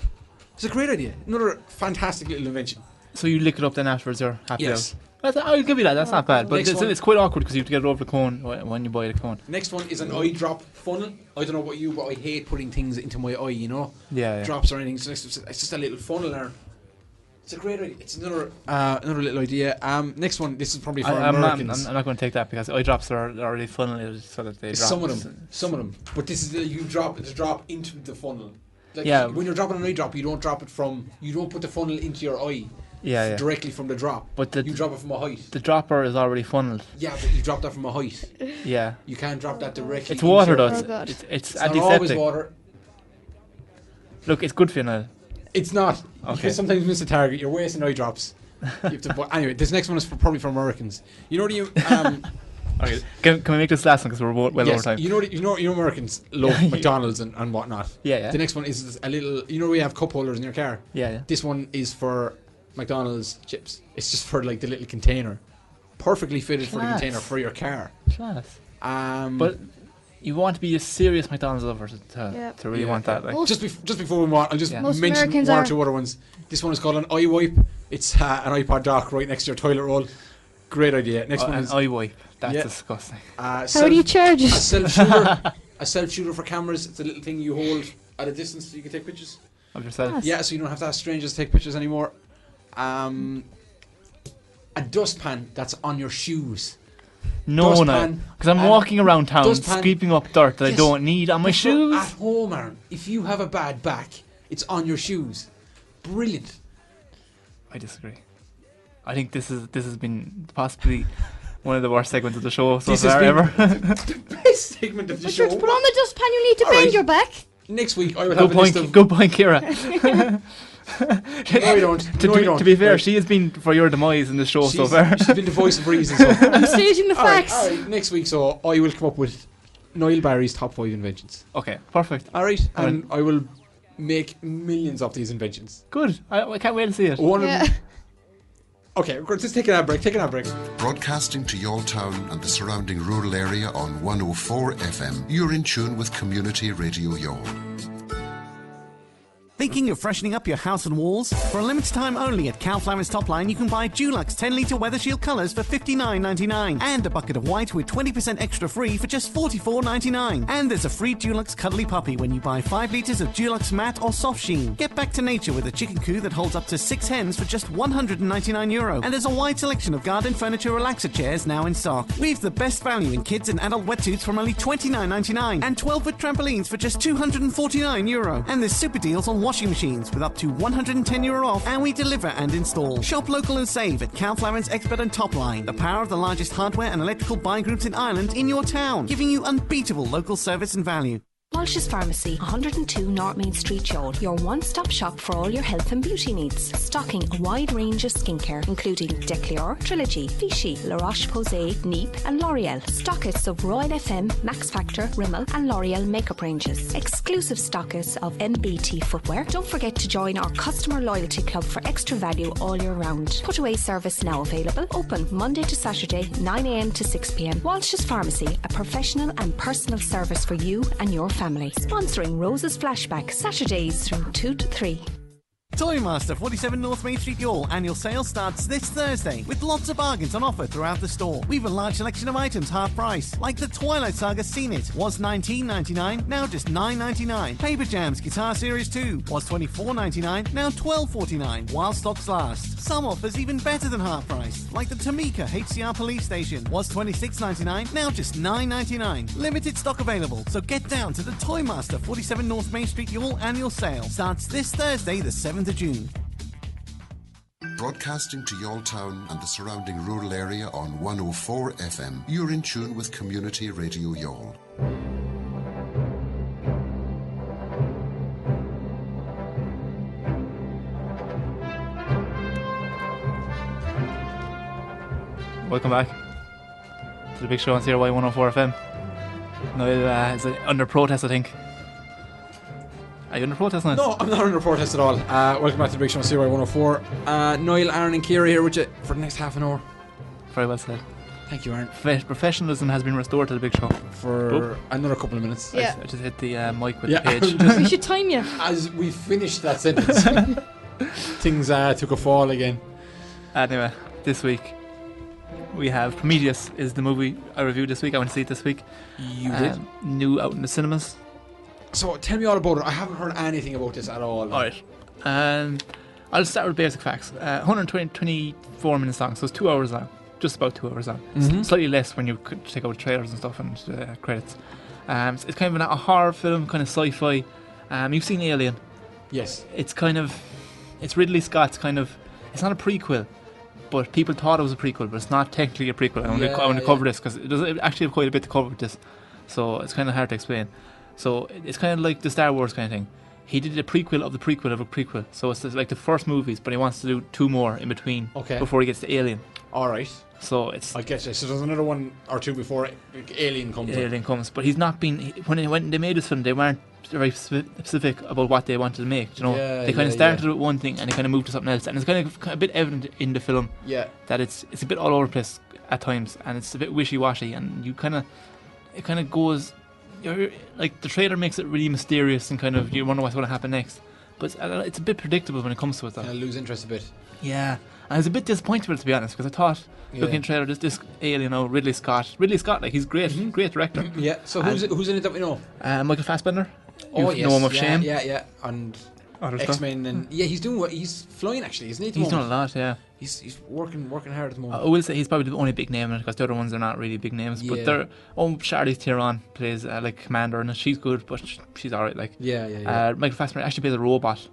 Speaker 8: It's a great idea. Another fantastic little invention.
Speaker 9: So you lick it up, then afterwards you're happy.
Speaker 8: Yes.
Speaker 9: Out. That's, I'll give you that. That's not bad, but
Speaker 8: Next
Speaker 9: it's,
Speaker 8: one.
Speaker 9: it's quite awkward because you have to get it over the cone wh- when you buy the cone.
Speaker 8: Next one is an
Speaker 9: Mm.
Speaker 8: eye drop funnel. I don't know about you, but I hate putting things into my eye. You know,
Speaker 9: Yeah, yeah.
Speaker 8: drops or anything. So it's it's just a little funnel there. It's a great idea. It's another uh, another little idea. Um, next one. This is probably for
Speaker 9: I, am not, I'm,
Speaker 8: Americans.
Speaker 9: I'm not going to take that because eye drops are are already funneled so that they drop.
Speaker 8: Some of them, some of them. But this is uh, you drop the drop into the funnel. Like
Speaker 9: Yeah.
Speaker 8: When you're dropping an eye drop, you don't drop it from. You don't put the funnel into your eye.
Speaker 9: Yeah,
Speaker 8: f-
Speaker 9: yeah.
Speaker 8: Directly from the drop.
Speaker 9: But the-
Speaker 8: you drop it from a height.
Speaker 9: The dropper is already funneled.
Speaker 8: Yeah, but you drop that from a height.
Speaker 9: Yeah.
Speaker 8: You can't drop that directly.
Speaker 9: It's water
Speaker 8: into
Speaker 9: though.
Speaker 8: your-
Speaker 9: It's, it's, it's,
Speaker 8: It's not
Speaker 9: antiseptic.
Speaker 8: always water.
Speaker 9: Look, it's good for you now.
Speaker 8: It's not. Okay.
Speaker 9: Okay.
Speaker 8: Because sometimes you miss the target. You're wasting eye drops. You have to bu- anyway, this next one is for, probably for Americans. You know what you um,
Speaker 9: Okay. Can, can we make this last one because we're wo- well
Speaker 8: yes,
Speaker 9: over time?
Speaker 8: You know, what- you know, you know, Americans love McDonald's and, and whatnot.
Speaker 9: Yeah, yeah.
Speaker 8: The next one is a little. You know, we have cup holders in your car.
Speaker 9: Yeah, yeah.
Speaker 8: This one is for McDonald's chips. It's just for like the little container, perfectly fitted for the
Speaker 9: Class.
Speaker 8: container for your car.
Speaker 9: Class.
Speaker 8: Um,
Speaker 9: But you want to be a serious McDonald's lover to, to,
Speaker 10: Yeah.
Speaker 9: to really
Speaker 8: Yeah,
Speaker 9: want that.
Speaker 8: yeah.
Speaker 9: Like,
Speaker 10: Most-
Speaker 8: just, bef- just before we move on, I'll just
Speaker 10: Yeah. Most
Speaker 8: mention
Speaker 10: Americans
Speaker 8: one
Speaker 10: are-
Speaker 8: or two other ones. This one is called an eye wipe. It's uh, an iPod dock right next to your toilet roll. Great idea. Next
Speaker 9: Oh,
Speaker 8: one
Speaker 9: an
Speaker 8: is
Speaker 9: eye wipe. That's
Speaker 8: Yeah.
Speaker 9: disgusting.
Speaker 8: Uh,
Speaker 10: How do you charge
Speaker 8: A
Speaker 10: it?
Speaker 8: self shooter. a self shooter for cameras. It's a little thing you hold at a distance so you can take pictures.
Speaker 9: Of yourself.
Speaker 8: Yeah, so you don't have to ask strangers to take pictures anymore. Um, a dustpan that's on your shoes.
Speaker 9: No, no.
Speaker 8: Dustpan
Speaker 9: Because I'm
Speaker 8: and-
Speaker 9: walking around town
Speaker 8: dustpan-
Speaker 9: scooping up dirt that I
Speaker 8: Yes.
Speaker 9: don't need on my
Speaker 8: But for-
Speaker 9: shoes.
Speaker 8: At home, Aaron, if you have a bad back, it's on your shoes. Brilliant.
Speaker 9: I disagree. I think this is this has been possibly one of the worst segments of the show so
Speaker 8: This has
Speaker 9: far
Speaker 8: been-
Speaker 9: ever.
Speaker 8: Best segment of the
Speaker 10: But
Speaker 8: show.
Speaker 10: sure, to put on the dustpan, you need to
Speaker 8: All
Speaker 10: bend
Speaker 8: right.
Speaker 10: your back.
Speaker 8: Next week, I will
Speaker 9: good
Speaker 8: have a
Speaker 9: point,
Speaker 8: list of.
Speaker 9: good point, Kira.
Speaker 8: No, you don't.
Speaker 9: to,
Speaker 8: no,
Speaker 9: be,
Speaker 8: you don't.
Speaker 9: to be fair,
Speaker 8: Right.
Speaker 9: she has been for your demise in the show so
Speaker 8: She's-
Speaker 9: far.
Speaker 8: she's been the voice of reason. So.
Speaker 10: I'm stating the
Speaker 8: All right,
Speaker 10: facts.
Speaker 8: all right, next week, so I will come up with Niall Barry's top five inventions.
Speaker 9: okay, perfect.
Speaker 8: All right,
Speaker 9: All
Speaker 8: and I will make millions of these inventions.
Speaker 9: Good. I, I can't wait to see it.
Speaker 8: One
Speaker 10: Yeah.
Speaker 8: of them. Okay, we're going to just take an ad break. Take an ad break.
Speaker 2: Broadcasting to your town and the surrounding rural area on 104 FM, you're in tune with Community Radio Yall.
Speaker 16: Thinking of freshening up your house and walls? For a limited time only at Cowflowers Topline, you can buy Dulux 10 litre Weather Shield colours for $59.99 and a bucket of white with 20% extra free for just $44.99. And there's a free Dulux Cuddly Puppy when you buy 5 litres of Dulux Matte or Soft Sheen. Get back to nature with a chicken coo that holds up to 6 hens for just €199. Euro. And there's a wide selection of garden furniture relaxer chairs now in stock. We've the best value in kids and adult wetsuits from only $29.99 and 12 foot trampolines for just €249. Euro. And there's super deals on washing machines with up to €110 Euro off and we deliver and install. Shop local and save at Cowflowers Expert and Topline, the power of the largest hardware and electrical buying groups in Ireland in your town, giving you unbeatable local service and value.
Speaker 4: Walsh's Pharmacy, 102 North Main Street, Yall, your one-stop shop for all your health and beauty needs, stocking a wide range of skincare, including Declior, Trilogy, Vichy, La Roche-Posay, Neep and L'Oreal. Stockists of Royal FM, Max Factor, Rimmel and L'Oreal makeup ranges. Exclusive stockists of MBT footwear. Don't forget to join our customer loyalty club for extra value all year round. Put away service now available, open Monday to Saturday, 9am to 6pm. Walsh's Pharmacy, a professional and personal service for you and your family. Sponsoring Rose's Flashback, Saturdays from 2 to 3.
Speaker 16: Toy Master, 47 North Main Street, Yall. Annual sale starts this Thursday with lots of bargains on offer throughout the store. We've a large selection of items half price, like the Twilight Saga Seen It was 19.99, now just 9.99. Paper Jams Guitar Series 2 was 24.99, now 12.49. While stocks last, some offers even better than half price, like the Tamika HCR Police Station was 26.99, now just 9.99. Limited stock available, so get down to the Toy Master, 47 North Main Street, Yall. Annual sale starts this Thursday, the 7th of June.
Speaker 2: Broadcasting to your town and the surrounding rural area on 104 FM, you're in tune with Community Radio Yall.
Speaker 9: Welcome back to the big show on CRY 104 FM. No, uh, it's uh, under protest, I think. Are you under protest now?
Speaker 8: No, I'm not under protest at all. Uh, welcome back to the Big Show on CY 104. Uh, Niall, Aaron, and Kira here with you for the next half an hour.
Speaker 9: Very well said.
Speaker 8: Thank you, Aaron.
Speaker 9: Profe- professionalism has been restored to the big show.
Speaker 8: For another couple of minutes.
Speaker 9: I
Speaker 10: Yeah.
Speaker 9: just, I just hit the uh, mic with
Speaker 8: Yeah.
Speaker 9: the page.
Speaker 10: we should time you.
Speaker 8: As we finish that sentence, things uh, took a fall again.
Speaker 9: Anyway, this week we have Prometheus is the movie I reviewed this week. I went to see it this week. Uh,
Speaker 8: You did?
Speaker 9: New out in the cinemas.
Speaker 8: So tell me all about it. I haven't heard anything about this at all.
Speaker 9: All right. Um, I'll start with basic facts. Uh, 124 minutes long, so it's two hours long, just about two hours long. S-
Speaker 8: Mhm.
Speaker 9: Slightly less when you could take out trailers and stuff and uh, credits. Um, it's kind of an, a horror film, kind of sci-fi. Um, you've seen Alien.
Speaker 8: Yes.
Speaker 9: It's kind of, it's Ridley Scott's kind of. It's not a prequel, but people thought it was a prequel, but it's not technically a prequel. I want
Speaker 8: Yeah,
Speaker 9: to, I want to
Speaker 8: yeah.
Speaker 9: cover this because it does it actually have quite a bit to cover with this, so it's kind of hard to explain. So it- it's kind of like the Star Wars kind of thing. He did a prequel of the prequel of a prequel, so it's like the first movies, but he wants to do two more in between
Speaker 8: Okay.
Speaker 9: before he gets to Alien.
Speaker 8: All right.
Speaker 9: So it's
Speaker 8: I get you. So there's another one or two before Alien comes. in.
Speaker 9: Alien comes, but he's not been. he- When, he, when they made this film, they weren't very spe- specific about what they wanted to make. You know,
Speaker 8: Yeah,
Speaker 9: they kind
Speaker 8: yeah,
Speaker 9: of started with one thing and they kind of moved to something else, and it's kind of a bit evident in the film.
Speaker 8: Yeah.
Speaker 9: that it's it's a bit all over the place at times, and it's a bit wishy washy, and you kind of it kind of goes. You're, like the trailer makes it really mysterious and kind of you wonder what's going to happen next, but it's, uh, it's a bit predictable when it comes to it though.
Speaker 8: Kinda lose interest a bit.
Speaker 9: Yeah, I was a bit disappointed with it to be honest because I thought
Speaker 8: Yeah.
Speaker 9: looking at the trailer this this alien, oh Ridley Scott, Ridley Scott, like he's great, great director.
Speaker 8: Mm-hmm. Yeah. So who's
Speaker 9: And-
Speaker 8: who's in it that we know?
Speaker 9: Uh, Michael Fassbender.
Speaker 8: Oh
Speaker 9: You
Speaker 8: yes.
Speaker 9: know him of
Speaker 8: yeah,
Speaker 9: Shame.
Speaker 8: Yeah, yeah. And
Speaker 9: Other stuff.
Speaker 8: X Men and yeah, he's doing what he's flying actually, isn't he? at the
Speaker 9: He's done a
Speaker 8: moment?
Speaker 9: lot. Yeah.
Speaker 8: He's he's working working hard at the
Speaker 9: Uh, I
Speaker 8: moment.
Speaker 9: will say he's probably the only big name in it because the other ones are not really big names.
Speaker 8: Yeah.
Speaker 9: But they're oh, Charlize Theron plays uh, like Commander, and she's good, but sh- she's all right. Like
Speaker 8: Yeah, yeah, yeah.
Speaker 9: Uh, Michael Fassbender actually plays a robot,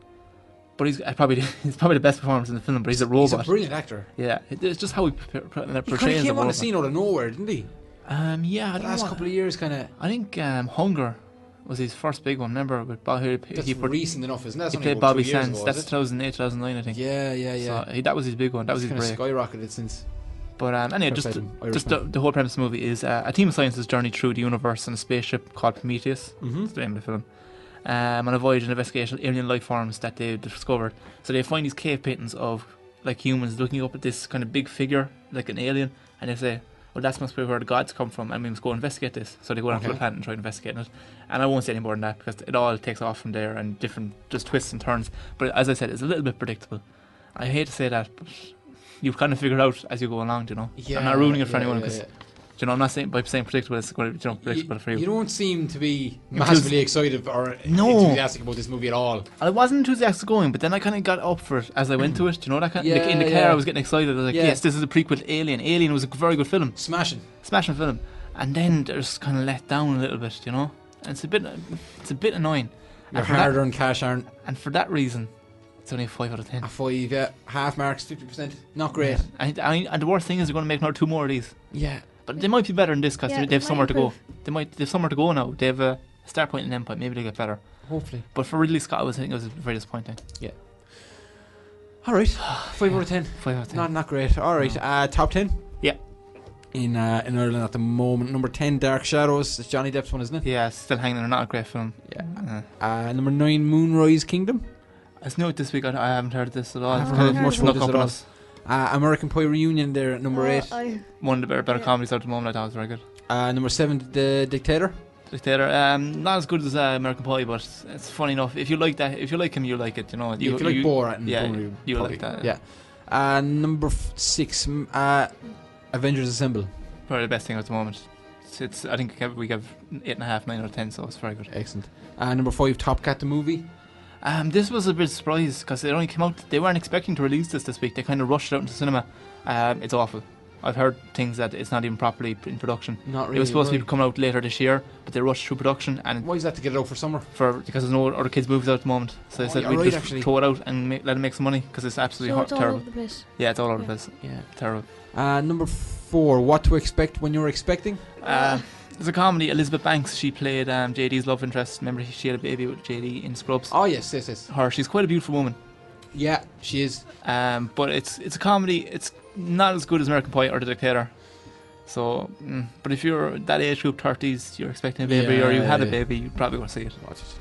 Speaker 9: but he's uh, probably he's probably the best performance in the film. But he's a
Speaker 8: He's
Speaker 9: robot.
Speaker 8: a brilliant actor.
Speaker 9: Yeah, it- it's just how he p- p- portrays
Speaker 8: He kind of
Speaker 9: the
Speaker 8: came on the
Speaker 9: robot.
Speaker 8: scene out of nowhere, didn't he?
Speaker 9: Um, yeah, I
Speaker 8: The
Speaker 9: don't
Speaker 8: last
Speaker 9: know.
Speaker 8: couple of years, kind of.
Speaker 9: I think um, Hunger was his first big one. Remember with Bobby?
Speaker 8: That's
Speaker 9: he put-
Speaker 8: recent enough, isn't it? That's
Speaker 9: he
Speaker 8: only
Speaker 9: played
Speaker 8: about two
Speaker 9: Bobby
Speaker 8: years
Speaker 9: Sands.
Speaker 8: ago,
Speaker 9: That's
Speaker 8: is it?
Speaker 9: 2008, 2009, I think.
Speaker 8: Yeah, yeah, yeah.
Speaker 9: So he, that was his big one. That was his
Speaker 8: kind
Speaker 9: break.
Speaker 8: of skyrocketed since.
Speaker 9: But um, anyway, just,
Speaker 8: Perfect. Irish
Speaker 9: just the,
Speaker 8: man.
Speaker 9: the whole premise of the movie is uh, a team of scientists journey through the universe in a spaceship called Prometheus.
Speaker 8: Mhm.
Speaker 9: That's the name of the film. Um, on a voyage and investigation of alien life forms that they discovered. So they find these cave paintings of like humans looking up at this kind of big figure, like an alien, and they say, "Well, that must be where the gods come from, and we must go investigate this." So they go down to
Speaker 8: Okay.
Speaker 9: the planet and try investigating it. And I won't say any more than that because it all takes off from there and different just twists and turns. But as I said, it's a little bit predictable. I hate to say that, but you kind of figure it out as you go along. You know, I'm
Speaker 8: Yeah,
Speaker 9: not ruining it for
Speaker 8: yeah,
Speaker 9: anyone
Speaker 8: yeah,
Speaker 9: because
Speaker 8: yeah.
Speaker 9: you know I'm not saying by saying predictable it's going to be you know, predictable for you.
Speaker 8: You don't seem to be
Speaker 9: It
Speaker 8: massively excited or
Speaker 9: No.
Speaker 8: enthusiastic about this movie at all.
Speaker 9: I wasn't enthusiastic going, but then I kind of got up for it as I went to it. Do you know that kind? like in the
Speaker 8: Yeah,
Speaker 9: car,
Speaker 8: yeah.
Speaker 9: I was getting excited. I was like,
Speaker 8: Yeah.
Speaker 9: "Yes, this is a prequel to Alien. Alien was a very good film,
Speaker 8: smashing,
Speaker 9: smashing film." And then they're just kind of let down a little bit, you know. And it's a bit, it's a bit annoying.
Speaker 8: Your
Speaker 9: And for that-
Speaker 8: hard-earned cash, Aaron.
Speaker 9: And for that reason, it's only a five out of ten.
Speaker 8: A five, yeah, half marks, fifty percent. Not great.
Speaker 9: Yeah. And, and, and the worst thing is they're going to make another two more of these.
Speaker 8: Yeah.
Speaker 9: But they might be better than this because
Speaker 8: Yeah,
Speaker 9: they,
Speaker 8: they
Speaker 9: have
Speaker 8: might
Speaker 9: somewhere to go.
Speaker 8: improve.
Speaker 9: They might they have somewhere to go now. They have a start point and end point. Maybe they get better.
Speaker 8: Hopefully.
Speaker 9: But for Ridley Scott, I was I think it was very disappointing.
Speaker 8: Yeah. All right, five out of ten.
Speaker 9: Five out of ten.
Speaker 8: Not not great. All right, uh, top ten.
Speaker 9: Yeah.
Speaker 8: In uh, in Ireland at the moment, number ten, Dark Shadows. It's Johnny Depp's one, isn't it?
Speaker 9: Yeah, it's still hanging. there. Not a great film. Uh-huh. Yeah.
Speaker 8: Uh, number nine, Moonrise Kingdom.
Speaker 9: It's new this week. I, I haven't heard this at all.
Speaker 8: I
Speaker 9: It's
Speaker 8: haven't
Speaker 9: kind
Speaker 8: heard
Speaker 9: of
Speaker 8: much
Speaker 9: snuck
Speaker 8: about
Speaker 9: up
Speaker 8: this at
Speaker 9: on
Speaker 8: all.
Speaker 9: us.
Speaker 8: Uh, American Pie reunion there
Speaker 9: Oh,
Speaker 8: at number
Speaker 10: Uh,
Speaker 8: eight.
Speaker 10: I-
Speaker 9: One of the better, better
Speaker 10: Yeah.
Speaker 9: comedies out at the moment. I thought it was very good.
Speaker 8: Uh, number seven, The Dictator.
Speaker 9: Dictator. Um, not as good as uh, American Pie, but it's funny enough. If you like that, if you like him, you like it. You know.
Speaker 8: Yeah, if you like Borat and
Speaker 9: yeah,
Speaker 8: Boomerang,
Speaker 9: you
Speaker 8: probably.
Speaker 9: like that.
Speaker 8: Yeah. Uh, number f- six, m- uh, Avengers Assemble.
Speaker 9: Probably the best thing at the moment. It's, it's I think we have eight and a half, nine out of ten, so it's very good.
Speaker 8: Excellent. Uh, number five, Top Cat the movie.
Speaker 9: Um, this was a bit surprised because it only came out. They weren't expecting to release this this week. They kind of rushed it out into cinema. Um, it's awful. I've heard things that it's not even properly in production.
Speaker 8: Not
Speaker 9: It
Speaker 8: really,
Speaker 9: was supposed to
Speaker 8: right.
Speaker 9: be coming out later this year, but they rushed through production. And
Speaker 8: why is that to get it out for summer?
Speaker 9: For because there's no other kids movies out at the moment. So
Speaker 8: Oh,
Speaker 9: they said
Speaker 8: yeah,
Speaker 9: we'd
Speaker 8: right,
Speaker 9: just
Speaker 8: actually.
Speaker 9: throw it out and ma- let it make some money because it's absolutely
Speaker 8: So
Speaker 9: hor-
Speaker 8: it's all
Speaker 9: terrible.
Speaker 8: over the place.
Speaker 9: Yeah, it's all over
Speaker 8: Yeah.
Speaker 9: the place. Yeah, terrible.
Speaker 8: Uh, number four, What to Expect When You're Expecting.
Speaker 9: Uh, there's a comedy. Elizabeth Banks. She played um, JD's love interest. Remember, she had a baby with JD in Scrubs.
Speaker 8: Oh yes, yes, yes.
Speaker 9: Her. She's quite a beautiful woman.
Speaker 8: Yeah, she is.
Speaker 9: Um, but it's it's a comedy. It's not as good as American Pie or The Dictator. So, mm, but if you're that age group, thirties, you're expecting a baby, or you
Speaker 8: Yeah,
Speaker 9: had a
Speaker 8: yeah.
Speaker 9: baby, you probably want to see it.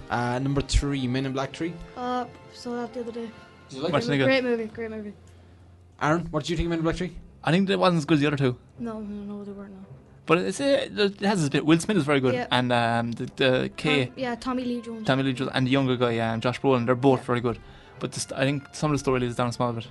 Speaker 8: Uh, number three, Men in Black 3.
Speaker 10: Oh,
Speaker 17: Uh, saw that the other day.
Speaker 8: Did you like
Speaker 9: Much
Speaker 8: it?
Speaker 9: nigga.
Speaker 17: Great movie, great movie.
Speaker 8: Aaron, what did you think of Men in Black 3?
Speaker 9: I think that wasn't as good as the other two.
Speaker 17: No, no, no, they weren't. No.
Speaker 9: But it's uh, it has its bit. Will Smith is very good,
Speaker 17: Yeah.
Speaker 9: and um, the, the K,
Speaker 17: Tom- Ah, yeah, Tommy Lee Jones.
Speaker 9: Tommy Lee Jones, and the younger guy, um, Josh Brolin, they're both very good. But just, I think some of the story is down small bit.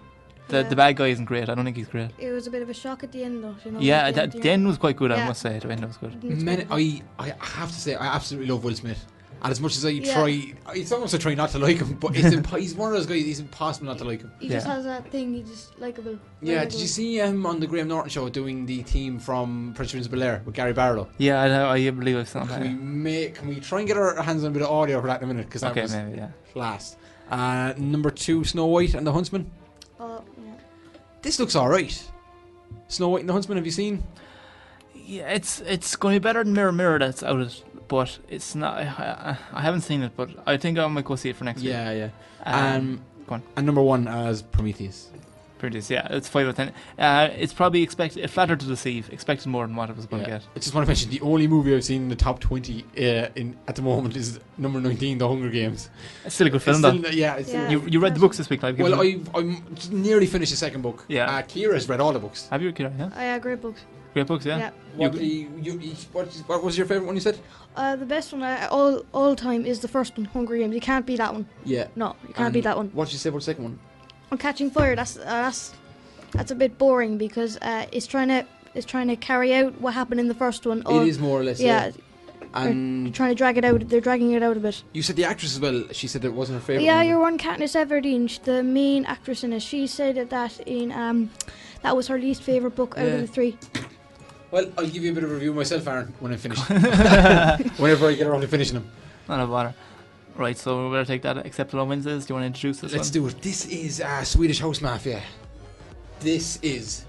Speaker 9: The
Speaker 17: Yeah.
Speaker 9: the bad guy isn't great. I don't think he's great.
Speaker 17: It was a bit of a shock at the end, though. You know,
Speaker 9: yeah,
Speaker 17: at
Speaker 9: that,
Speaker 17: you
Speaker 9: the end
Speaker 17: know.
Speaker 9: was quite good. I
Speaker 17: Yeah. Mm-hmm.
Speaker 9: must say, the end was good.
Speaker 8: Men, I, I have to say, I absolutely love Will Smith. And as much as I
Speaker 17: Yeah.
Speaker 8: try, it's almost I try not to like him, but it's imp- he's one of those guys, it's impossible not to like him.
Speaker 17: He just has that thing. He just likable.
Speaker 8: Yeah,
Speaker 17: likable.
Speaker 8: did you see him on the Graham Norton show doing the team from Prince of Prince Bel Air with Gary Barlow?
Speaker 9: Yeah, I, know, I believe I've seen
Speaker 8: Can
Speaker 9: that.
Speaker 8: we make? Can we try and get our hands on a bit of audio for that in a minute? Because that
Speaker 9: Okay,
Speaker 8: was
Speaker 9: maybe, yeah.
Speaker 8: class. Uh, number two, Snow White and the Huntsman.
Speaker 17: Uh, yeah.
Speaker 8: This looks all right. Snow White and the Huntsman. Have you seen?
Speaker 9: Yeah, it's it's going to be better than Mirror Mirror that's out, it, but it's not. I, I, I haven't seen it, but I think I might go see it for next
Speaker 8: Yeah,
Speaker 9: week.
Speaker 8: yeah.
Speaker 9: Um, go on.
Speaker 8: And number one as Prometheus.
Speaker 9: Prometheus, yeah, it's five out of ten. Uh, it's probably expected. It flattered to deceive. Expected more than what it was going to
Speaker 8: Yeah.
Speaker 9: get.
Speaker 8: I just want to mention the only movie I've seen in the top twenty uh, in at the moment is number nineteen, The Hunger Games.
Speaker 9: It's still a good film,
Speaker 8: still-
Speaker 9: though.
Speaker 8: Yeah, it's still-
Speaker 9: You, you read the books this week, Clive. Give
Speaker 8: Well,
Speaker 9: it-
Speaker 8: I've, I'm nearly finished the second book.
Speaker 9: Yeah.
Speaker 8: uh, Kira's read all the books.
Speaker 9: Have you, Kira? Yeah.
Speaker 17: Oh, yeah, great book.
Speaker 9: Great books, yeah.
Speaker 17: Yeah.
Speaker 8: What, the- you- you- what- what was your favorite one? You said.
Speaker 17: Uh, the best one uh, all all time is the first one, Hungry Games. You can't beat that one.
Speaker 8: Yeah.
Speaker 17: No, you can't beat that one.
Speaker 8: What did you say about the second one?
Speaker 17: on Catching Fire, that's uh, that's that's a bit boring because uh, it's trying to it's trying to carry out what happened in the first one. or-
Speaker 8: it is more or less.
Speaker 17: Yeah,
Speaker 8: Yeah.
Speaker 17: they're
Speaker 8: And
Speaker 17: trying to drag it out. They're dragging it out a bit.
Speaker 8: you said the actress as well. She said it wasn't her favorite.
Speaker 17: Yeah, your one Katniss Everdeen, sh- the main actress in it. She said that- that in um, that was her least favorite book out
Speaker 8: Yeah.
Speaker 17: of the three.
Speaker 8: Well, I'll give you a bit of a review myself, Aaron, when I finish. Whenever I get around to finishing them.
Speaker 9: Not a bother. Right, so we're going to take that accepted on Wednesdays. Do you want to introduce this
Speaker 8: Let's
Speaker 9: one?
Speaker 8: do it. This is uh, Swedish House Mafia. This is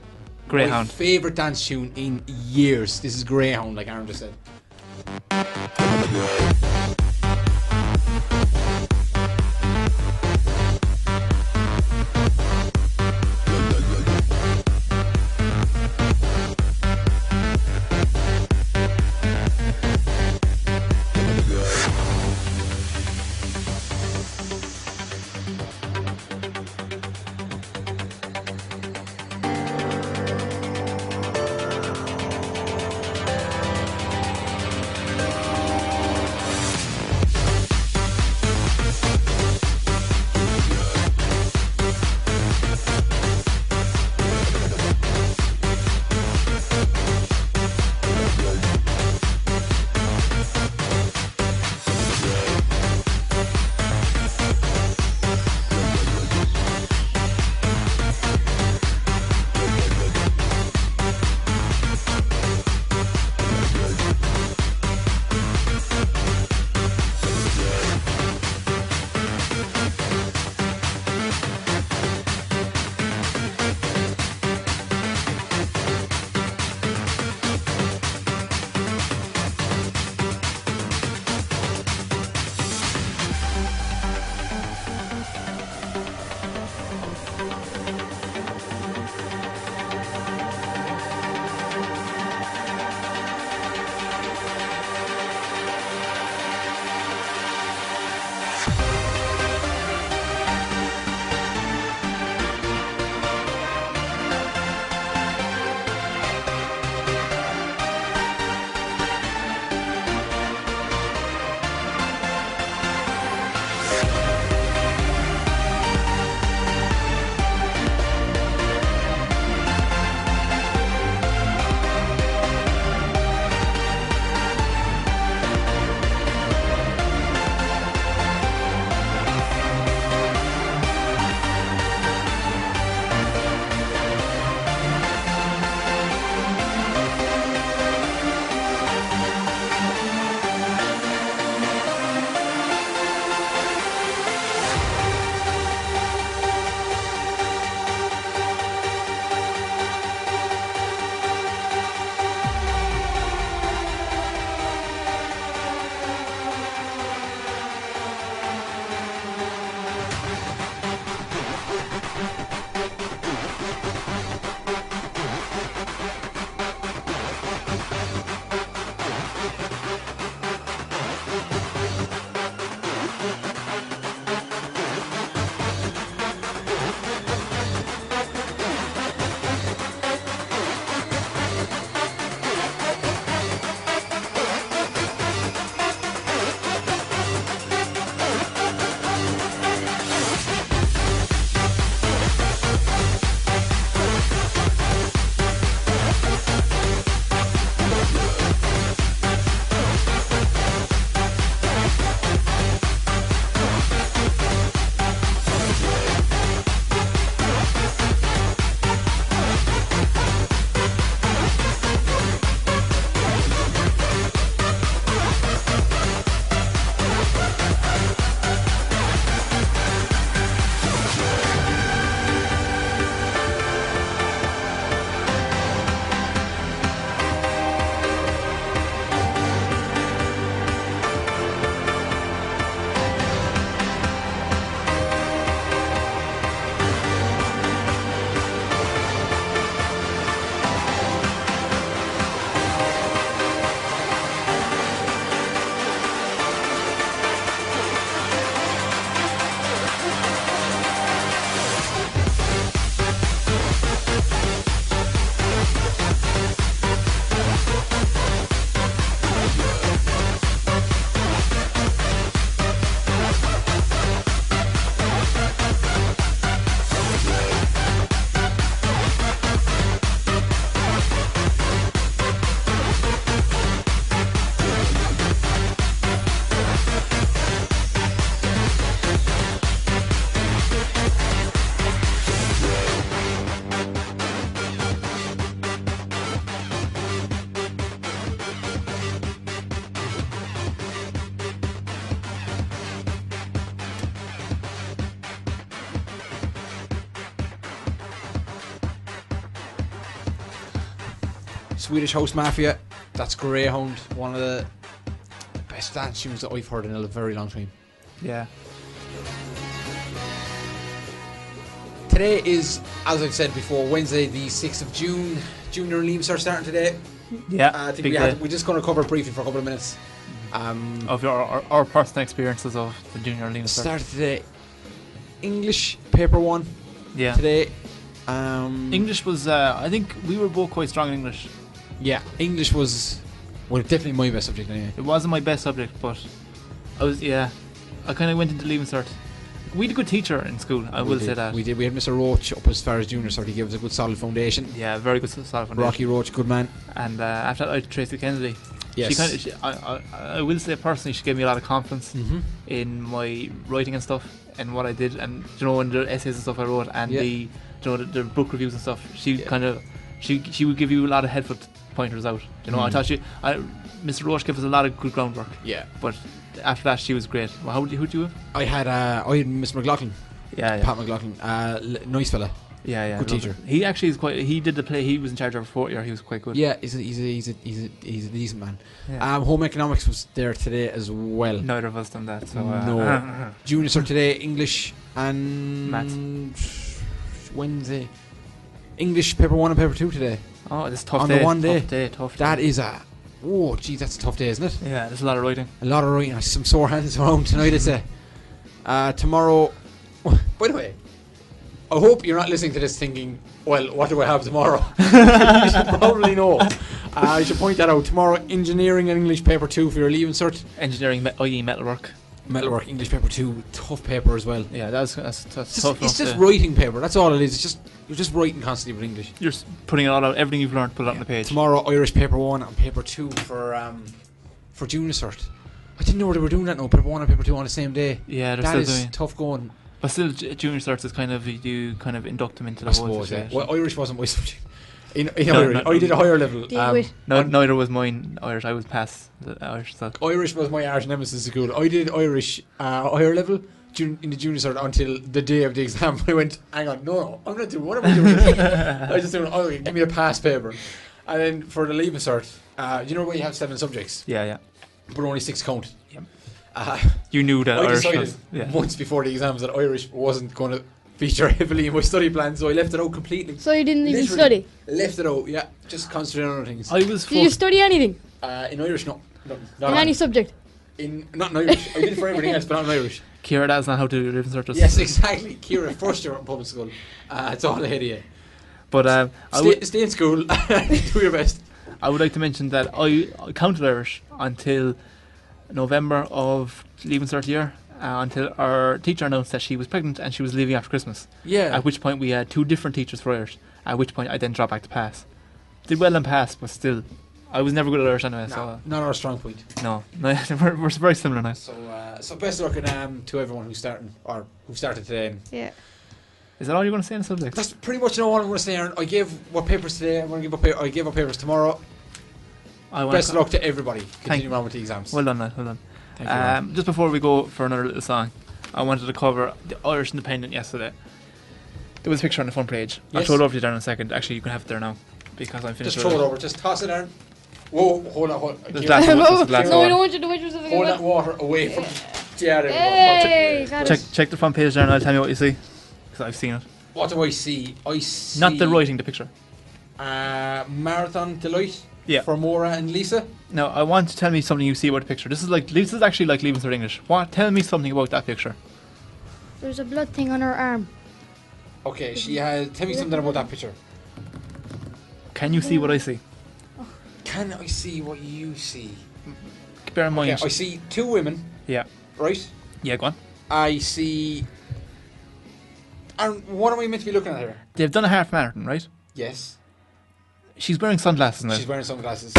Speaker 9: Greyhound.
Speaker 8: My favorite dance tune in years. This is Greyhound, like Aaron just said. Swedish House Mafia. That's Greyhound, one of the best dance tunes that I've heard in a very long time.
Speaker 9: Yeah.
Speaker 8: Today is, as I've said before, Wednesday, the 6th of June. Junior leaves are starting today.
Speaker 9: Yeah,
Speaker 8: Uh, I think
Speaker 9: big
Speaker 8: we had-
Speaker 9: day.
Speaker 8: we're just going to cover it briefly for a couple of minutes. Um,
Speaker 9: Of your our, our personal experiences of the junior league.
Speaker 8: Started today. English paper one.
Speaker 9: Yeah.
Speaker 8: Today. Um,
Speaker 9: English was. Uh, I think we were both quite strong in English.
Speaker 8: Yeah, English was. Well, definitely my best subject anyway.
Speaker 9: It wasn't my best subject, but I was. Yeah, I kind of went into leaving cert. We had a good teacher in school. I
Speaker 8: We
Speaker 9: will
Speaker 8: did,
Speaker 9: say that.
Speaker 8: We did. We had Mr. Roach up as far as junior, so he gave us a good solid foundation.
Speaker 9: Yeah, very good solid foundation.
Speaker 8: Rocky Roach, good man.
Speaker 9: And uh, after that, I had Tracy Kennedy. She
Speaker 8: Yes.
Speaker 9: kind of, she, I, I, I will say personally, she gave me a lot of confidence
Speaker 8: Mhm.
Speaker 9: in my writing and stuff, and what I did, and you know, and the essays and stuff I wrote, and
Speaker 8: Yeah.
Speaker 9: the you know the, the book reviews and stuff. She kind of, she she would give you a lot of helpful pointers out. You know, I
Speaker 8: Mhm.
Speaker 9: thought she, I, Mr. Roche gave us a lot of good groundwork.
Speaker 8: Yeah.
Speaker 9: But after that, she was great. Well, how would you, who'd you have?
Speaker 8: I had uh, I had Mr. McLaughlin.
Speaker 9: Yeah, yeah.
Speaker 8: Pat McLaughlin. Uh, l- nice fella.
Speaker 9: Yeah, yeah.
Speaker 8: Good
Speaker 9: I love
Speaker 8: teacher.
Speaker 9: it. He actually is quite. He did the play. He was in charge of for year. He was quite good.
Speaker 8: Yeah, he's a, he's a, he's a, he's a, he's a decent man.
Speaker 9: Yeah.
Speaker 8: Um, home economics was there today as well.
Speaker 9: Neither of us done that. So uh,
Speaker 8: no. Juniors are today English and
Speaker 9: Maths.
Speaker 8: Wednesday. English paper one and paper two today.
Speaker 9: Oh, it's a tough
Speaker 8: On
Speaker 9: day,
Speaker 8: the one day.
Speaker 9: tough day, tough
Speaker 8: That
Speaker 9: day.
Speaker 8: is a. Oh, gee, that's a tough day, isn't it?
Speaker 9: Yeah, there's a lot of writing.
Speaker 8: A lot of writing. Some sore hands around tonight. It's a.
Speaker 9: Mm-hmm.
Speaker 8: Uh, tomorrow. By the way, I hope you're not listening to this thinking, well, what do I have tomorrow? you should probably know. Uh, I should point that out. Tomorrow, engineering and English paper two for your leaving cert.
Speaker 9: Engineering, me- E, i.e., metalwork.
Speaker 8: Metalwork, English paper two, tough paper as well.
Speaker 9: Yeah, that's that's, that's
Speaker 8: It's
Speaker 9: tough.
Speaker 8: just, it's
Speaker 9: enough
Speaker 8: just
Speaker 9: to-
Speaker 8: writing paper. That's all it is. It's just you're just writing constantly with English.
Speaker 9: You're s- putting it all out. Everything you've learned, put it out on the page.
Speaker 8: Tomorrow, Irish paper one and paper two for um for junior cert. I didn't know they were doing that. No, paper one and paper two on the same day.
Speaker 9: Yeah, they're
Speaker 8: that
Speaker 9: still
Speaker 8: is
Speaker 9: doing.
Speaker 8: tough going.
Speaker 9: But still, ju- junior starts is kind of you do kind of induct them into the
Speaker 8: I
Speaker 9: whole
Speaker 8: suppose. Yeah.
Speaker 9: situation.
Speaker 8: Well, Irish wasn't my subject. In, in
Speaker 9: No,
Speaker 8: Irish,
Speaker 9: not-
Speaker 8: I did a higher level.
Speaker 9: Um, no, neither was mine Irish. I was past the Irish. So.
Speaker 8: Irish was my arch nemesis in school. I did Irish uh, higher level jun- in the junior cert until the day of the exam. I went, hang on, no, no, I'm not doing. What am I doing? I just doing. Oh, give me a pass paper. And then for the leaving cert, uh, you know where you have seven subjects,
Speaker 9: Yeah, yeah.
Speaker 8: but only six count. Yep. Uh,
Speaker 9: You knew that
Speaker 8: I
Speaker 9: Irish
Speaker 8: decided
Speaker 9: was- yeah.
Speaker 8: months before the exams that Irish wasn't going to feature heavily in my study plan, so I left it out completely.
Speaker 10: So you didn't even
Speaker 8: Literally
Speaker 10: study?
Speaker 8: Left it out. Yeah, just concentrating on other things.
Speaker 9: I was.
Speaker 10: Did you study anything?
Speaker 8: Uh, in Irish, no. no
Speaker 10: In any subject?
Speaker 8: In not in Irish. I did it for everything else, but not in Irish.
Speaker 9: Kira, that's not how to do living searches.
Speaker 8: Yes, exactly. Kira, first year at public school. Uh, it's all ahead of you.
Speaker 9: But um, I
Speaker 8: Stay-
Speaker 9: would
Speaker 8: stay in school. do your best.
Speaker 9: I would like to mention that I I counted Irish until November of leaving cert year. Uh, until our teacher announced that she was pregnant and she was leaving after Christmas.
Speaker 8: Yeah.
Speaker 9: At which point we had two different teachers for Irish. At which point I then dropped back to pass. Did well in pass, but still, I was never good at Irish anyway. so uh,
Speaker 8: Not our strong point.
Speaker 9: no, no, we're, we're very similar now.
Speaker 8: So, uh, so best of luck and, um, to everyone who's starting or who started today. And
Speaker 10: Yeah.
Speaker 9: Is that all you're going to say on the subject?
Speaker 8: That's pretty much all I'm going to say. Aaron. I gave what papers today. I'm going to give up. Pa- I gave up papers tomorrow.
Speaker 9: I wanna
Speaker 8: best of
Speaker 9: co-
Speaker 8: luck to everybody.
Speaker 9: Thank-
Speaker 8: Continue on with the exams.
Speaker 9: Well done, lad, well done.
Speaker 8: Thank you,
Speaker 9: um, just before we go for another little song, I wanted to cover the Irish Independent yesterday. There was a picture on the front page. I'll
Speaker 8: Yes.
Speaker 9: throw it over to you there in a second. Actually, you can have it there now because I'm finished.
Speaker 8: Just throw it
Speaker 9: with
Speaker 8: over. Just toss it, Aaron. Whoa, hold on, hold on.
Speaker 9: There's glass of water, there's glass of
Speaker 10: no, I
Speaker 9: water.
Speaker 10: don't want you to wait for something.
Speaker 8: Hold
Speaker 10: like
Speaker 8: that water away from. Yeah, there we go.
Speaker 10: Hey, got
Speaker 9: Check,
Speaker 10: it.
Speaker 9: check the front page there and I'll tell you what you see because I've seen it.
Speaker 8: What do I see? I see.
Speaker 9: Not the writing, the picture.
Speaker 8: Uh, Marathon Delight.
Speaker 9: Yeah.
Speaker 8: For Mora and Lisa.
Speaker 9: Now, I want you to tell me something you see about the picture. This is like this is actually like leaving Cert English. What? Tell me something about that picture.
Speaker 17: There's a blood thing on her arm.
Speaker 8: Okay, she had. Tell me something about that picture.
Speaker 9: Can you see what I see?
Speaker 8: Can I see what you see?
Speaker 9: Bear in mind.
Speaker 8: Okay, I see two women,
Speaker 9: Yeah.
Speaker 8: right?
Speaker 9: Yeah, go on.
Speaker 8: I see. And what am I meant to be looking at here?
Speaker 9: They've done a half marathon, right?
Speaker 8: Yes.
Speaker 9: She's wearing sunglasses now.
Speaker 8: She's wearing sunglasses.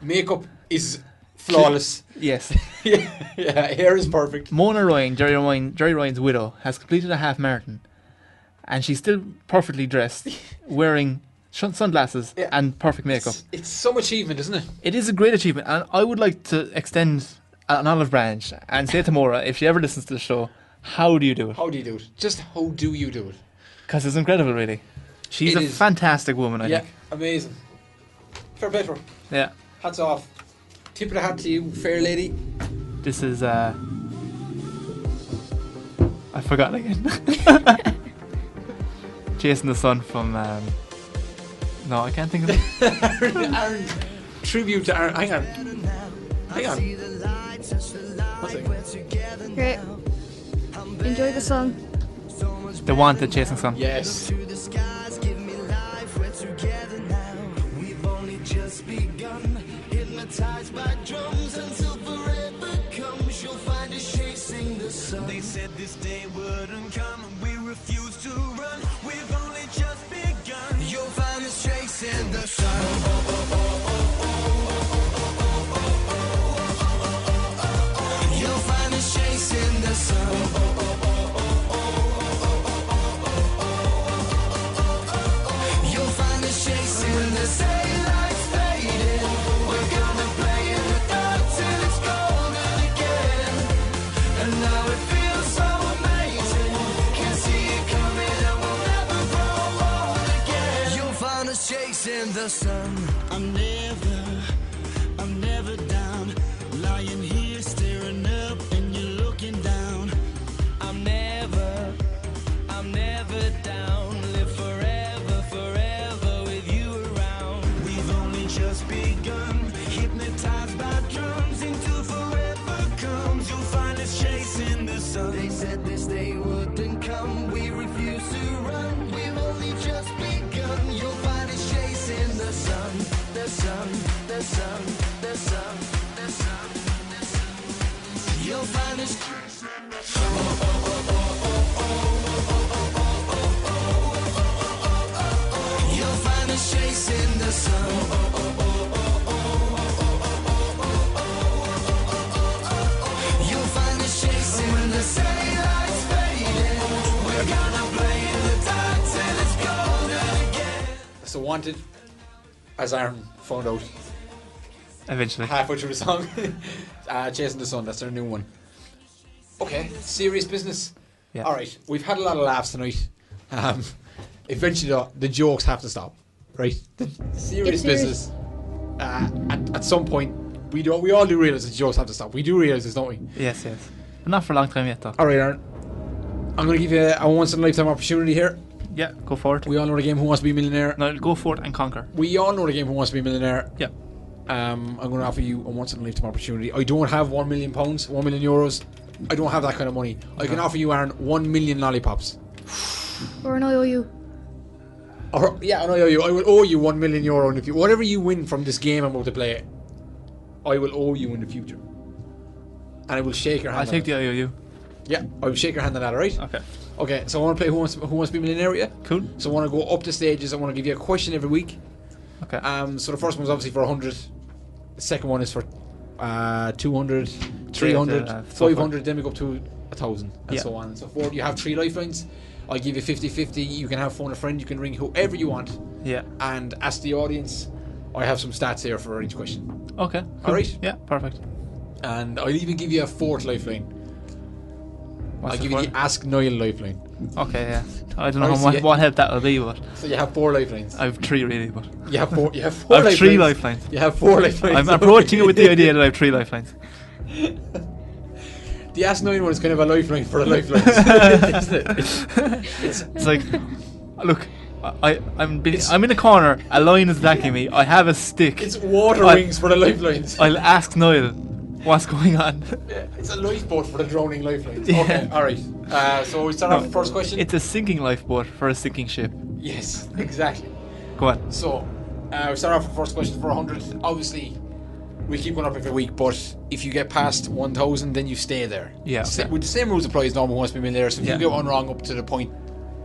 Speaker 8: Makeup is flawless.
Speaker 9: Yes.
Speaker 8: yeah, yeah, hair is perfect.
Speaker 9: Mona Ryan, Jerry Ryan, Jerry Ryan's widow, has completed a half marathon, and she's still perfectly dressed, wearing shun- sunglasses and perfect makeup.
Speaker 8: It's some achievement, isn't it?
Speaker 9: It is a great achievement, and I would like to extend an olive branch and say to Mora, if she ever listens to the show, how do you do it?
Speaker 8: How do you do it? Just how do you do it?
Speaker 9: Because it's incredible, really. She's
Speaker 8: It
Speaker 9: a
Speaker 8: is.
Speaker 9: fantastic woman, I
Speaker 8: yeah,
Speaker 9: think.
Speaker 8: amazing. Fair play for him.
Speaker 9: Yeah.
Speaker 8: Hats off. Tip of the hat to you, fair lady.
Speaker 9: This is uh I forgot again. Jason the Sun from um No, I can't think of it.
Speaker 18: Aaron, Aaron, tribute to Aaron. Hang on. Hang on. One second.
Speaker 17: Great. Enjoy the song.
Speaker 9: the one that Jason Sun.
Speaker 18: Yes.
Speaker 11: Hypnotized by drums until forever comes, you'll find us chasing the sun. They said this day wouldn't come, and we refuse to run. We've only just begun. You'll find us chasing the sun. You'll find us chasing the sun. You'll find us chasing the daylight's fading. We're gonna play in the dark till it's golden again. And now it feels so amazing. Can see it coming and we'll never grow old again. You'll find us chasing the sun. I'm never, I'm never down. Lying here staring up and you're looking down. I'm never, I'm never down. Live forever, forever with you around. We've only just begun. Hypnotized by drums until forever comes. You'll find us chasing the sun. They said this day wouldn't come. We refuse to run. We've only just begun. You'll find us chasing the sun. The sun, the sun, the sun, the sun. the sun. You'll find us chasing the sun. You'll find us chasing the sun. You'll find us chasing when the daylight's fading. We're gonna play in the dark till it's golden again.
Speaker 8: So wanted, as Aaron found out
Speaker 9: Eventually.
Speaker 8: halfway through the song, uh, Chasing the Sun, that's their new one. Okay, serious business.
Speaker 9: Yeah.
Speaker 8: All right, we've had a lot of laughs tonight. Um, eventually, the, the jokes have to stop, right? The
Speaker 11: serious.
Speaker 8: serious business. Uh, at, at some point, we do, we all do realize that the jokes have to stop. We do realize this, don't we?
Speaker 9: Yes, yes. But not for a long time yet though.
Speaker 8: All right, Aaron. I'm going to give you a once in a lifetime opportunity here.
Speaker 9: Yeah, go for it.
Speaker 8: We all know the game Who Wants to Be a Millionaire.
Speaker 9: No, go for it and conquer.
Speaker 8: We all know the game Who Wants to Be a Millionaire.
Speaker 9: Yeah.
Speaker 8: Um, I'm going to offer you a once in a lifetime opportunity. I don't have one million pounds, one million euros. I don't have that kind of money. I can
Speaker 9: No.
Speaker 8: offer you, Aaron, one million lollipops.
Speaker 17: Or an IOU.
Speaker 8: Or yeah, I know you. I will owe you one million euro in the future. Whatever you win from this game, I'm about to play. I will owe you in the future, and I will shake your hand.
Speaker 9: I'll
Speaker 8: on
Speaker 9: take
Speaker 8: it.
Speaker 9: the IOU.
Speaker 8: Yeah, I will shake your hand on that, alright?
Speaker 9: Okay.
Speaker 8: Okay, so I want to play Who Wants, Who Wants to Be a Millionaire with you.
Speaker 9: Cool.
Speaker 8: So I want to go up the stages. I want to give you a question every week.
Speaker 9: Okay.
Speaker 8: Um, so the first one's obviously for 100. The second one is for uh, 200,
Speaker 9: Yeah,
Speaker 8: 300,
Speaker 9: yeah, so
Speaker 8: 500. Then we go up to 1,000 and
Speaker 9: uh, Yeah.
Speaker 8: so on and so forth. You have three lifelines. I'll give you 50 50. You can have phone a friend. You can ring whoever you want.
Speaker 9: Yeah.
Speaker 8: And ask the audience. I have some stats here for each question.
Speaker 9: Okay.
Speaker 8: All right.
Speaker 9: Yeah, perfect.
Speaker 8: And I'll even give you a fourth lifeline.
Speaker 9: What's the
Speaker 8: I'll give you
Speaker 9: fourth?
Speaker 8: the Ask Niall lifeline.
Speaker 9: Okay, yeah. I don't know
Speaker 8: Alright,
Speaker 9: how
Speaker 8: so
Speaker 9: much,
Speaker 8: you-
Speaker 9: what help that will be, but
Speaker 8: So you have four lifelines.
Speaker 9: I have three really. But
Speaker 8: You have four- you have four
Speaker 9: I have three
Speaker 8: lifelines.
Speaker 9: lifelines.
Speaker 8: You have four lifelines,
Speaker 9: I'm approaching it with the
Speaker 8: okay.
Speaker 9: idea that I have three lifelines.
Speaker 8: The Ask Nine one is kind of a lifeline for a lifeline, isn't it?
Speaker 9: It's, like, look, I, I- I'm be, I'm in a corner. A line is attacking me. I have a stick.
Speaker 8: It's water
Speaker 9: I'll-
Speaker 8: wings for the lifelines.
Speaker 9: I'll ask Niall, what's going on?
Speaker 8: Yeah, it's a lifeboat for the drowning lifelines.
Speaker 9: Yeah.
Speaker 8: Okay, all right. Uh, so we start off with the first question.
Speaker 9: It's a sinking lifeboat for a sinking ship.
Speaker 8: yes, exactly.
Speaker 9: Go on.
Speaker 8: So uh, we start off with the first question for 100. Obviously, we keep going up every week, but if you get past 1,000, then you stay there.
Speaker 9: Yeah,
Speaker 8: Sa-
Speaker 9: okay.
Speaker 8: With the same rules applies normal once we millionaire. So if
Speaker 9: Yeah.
Speaker 8: you get one wrong up to the point,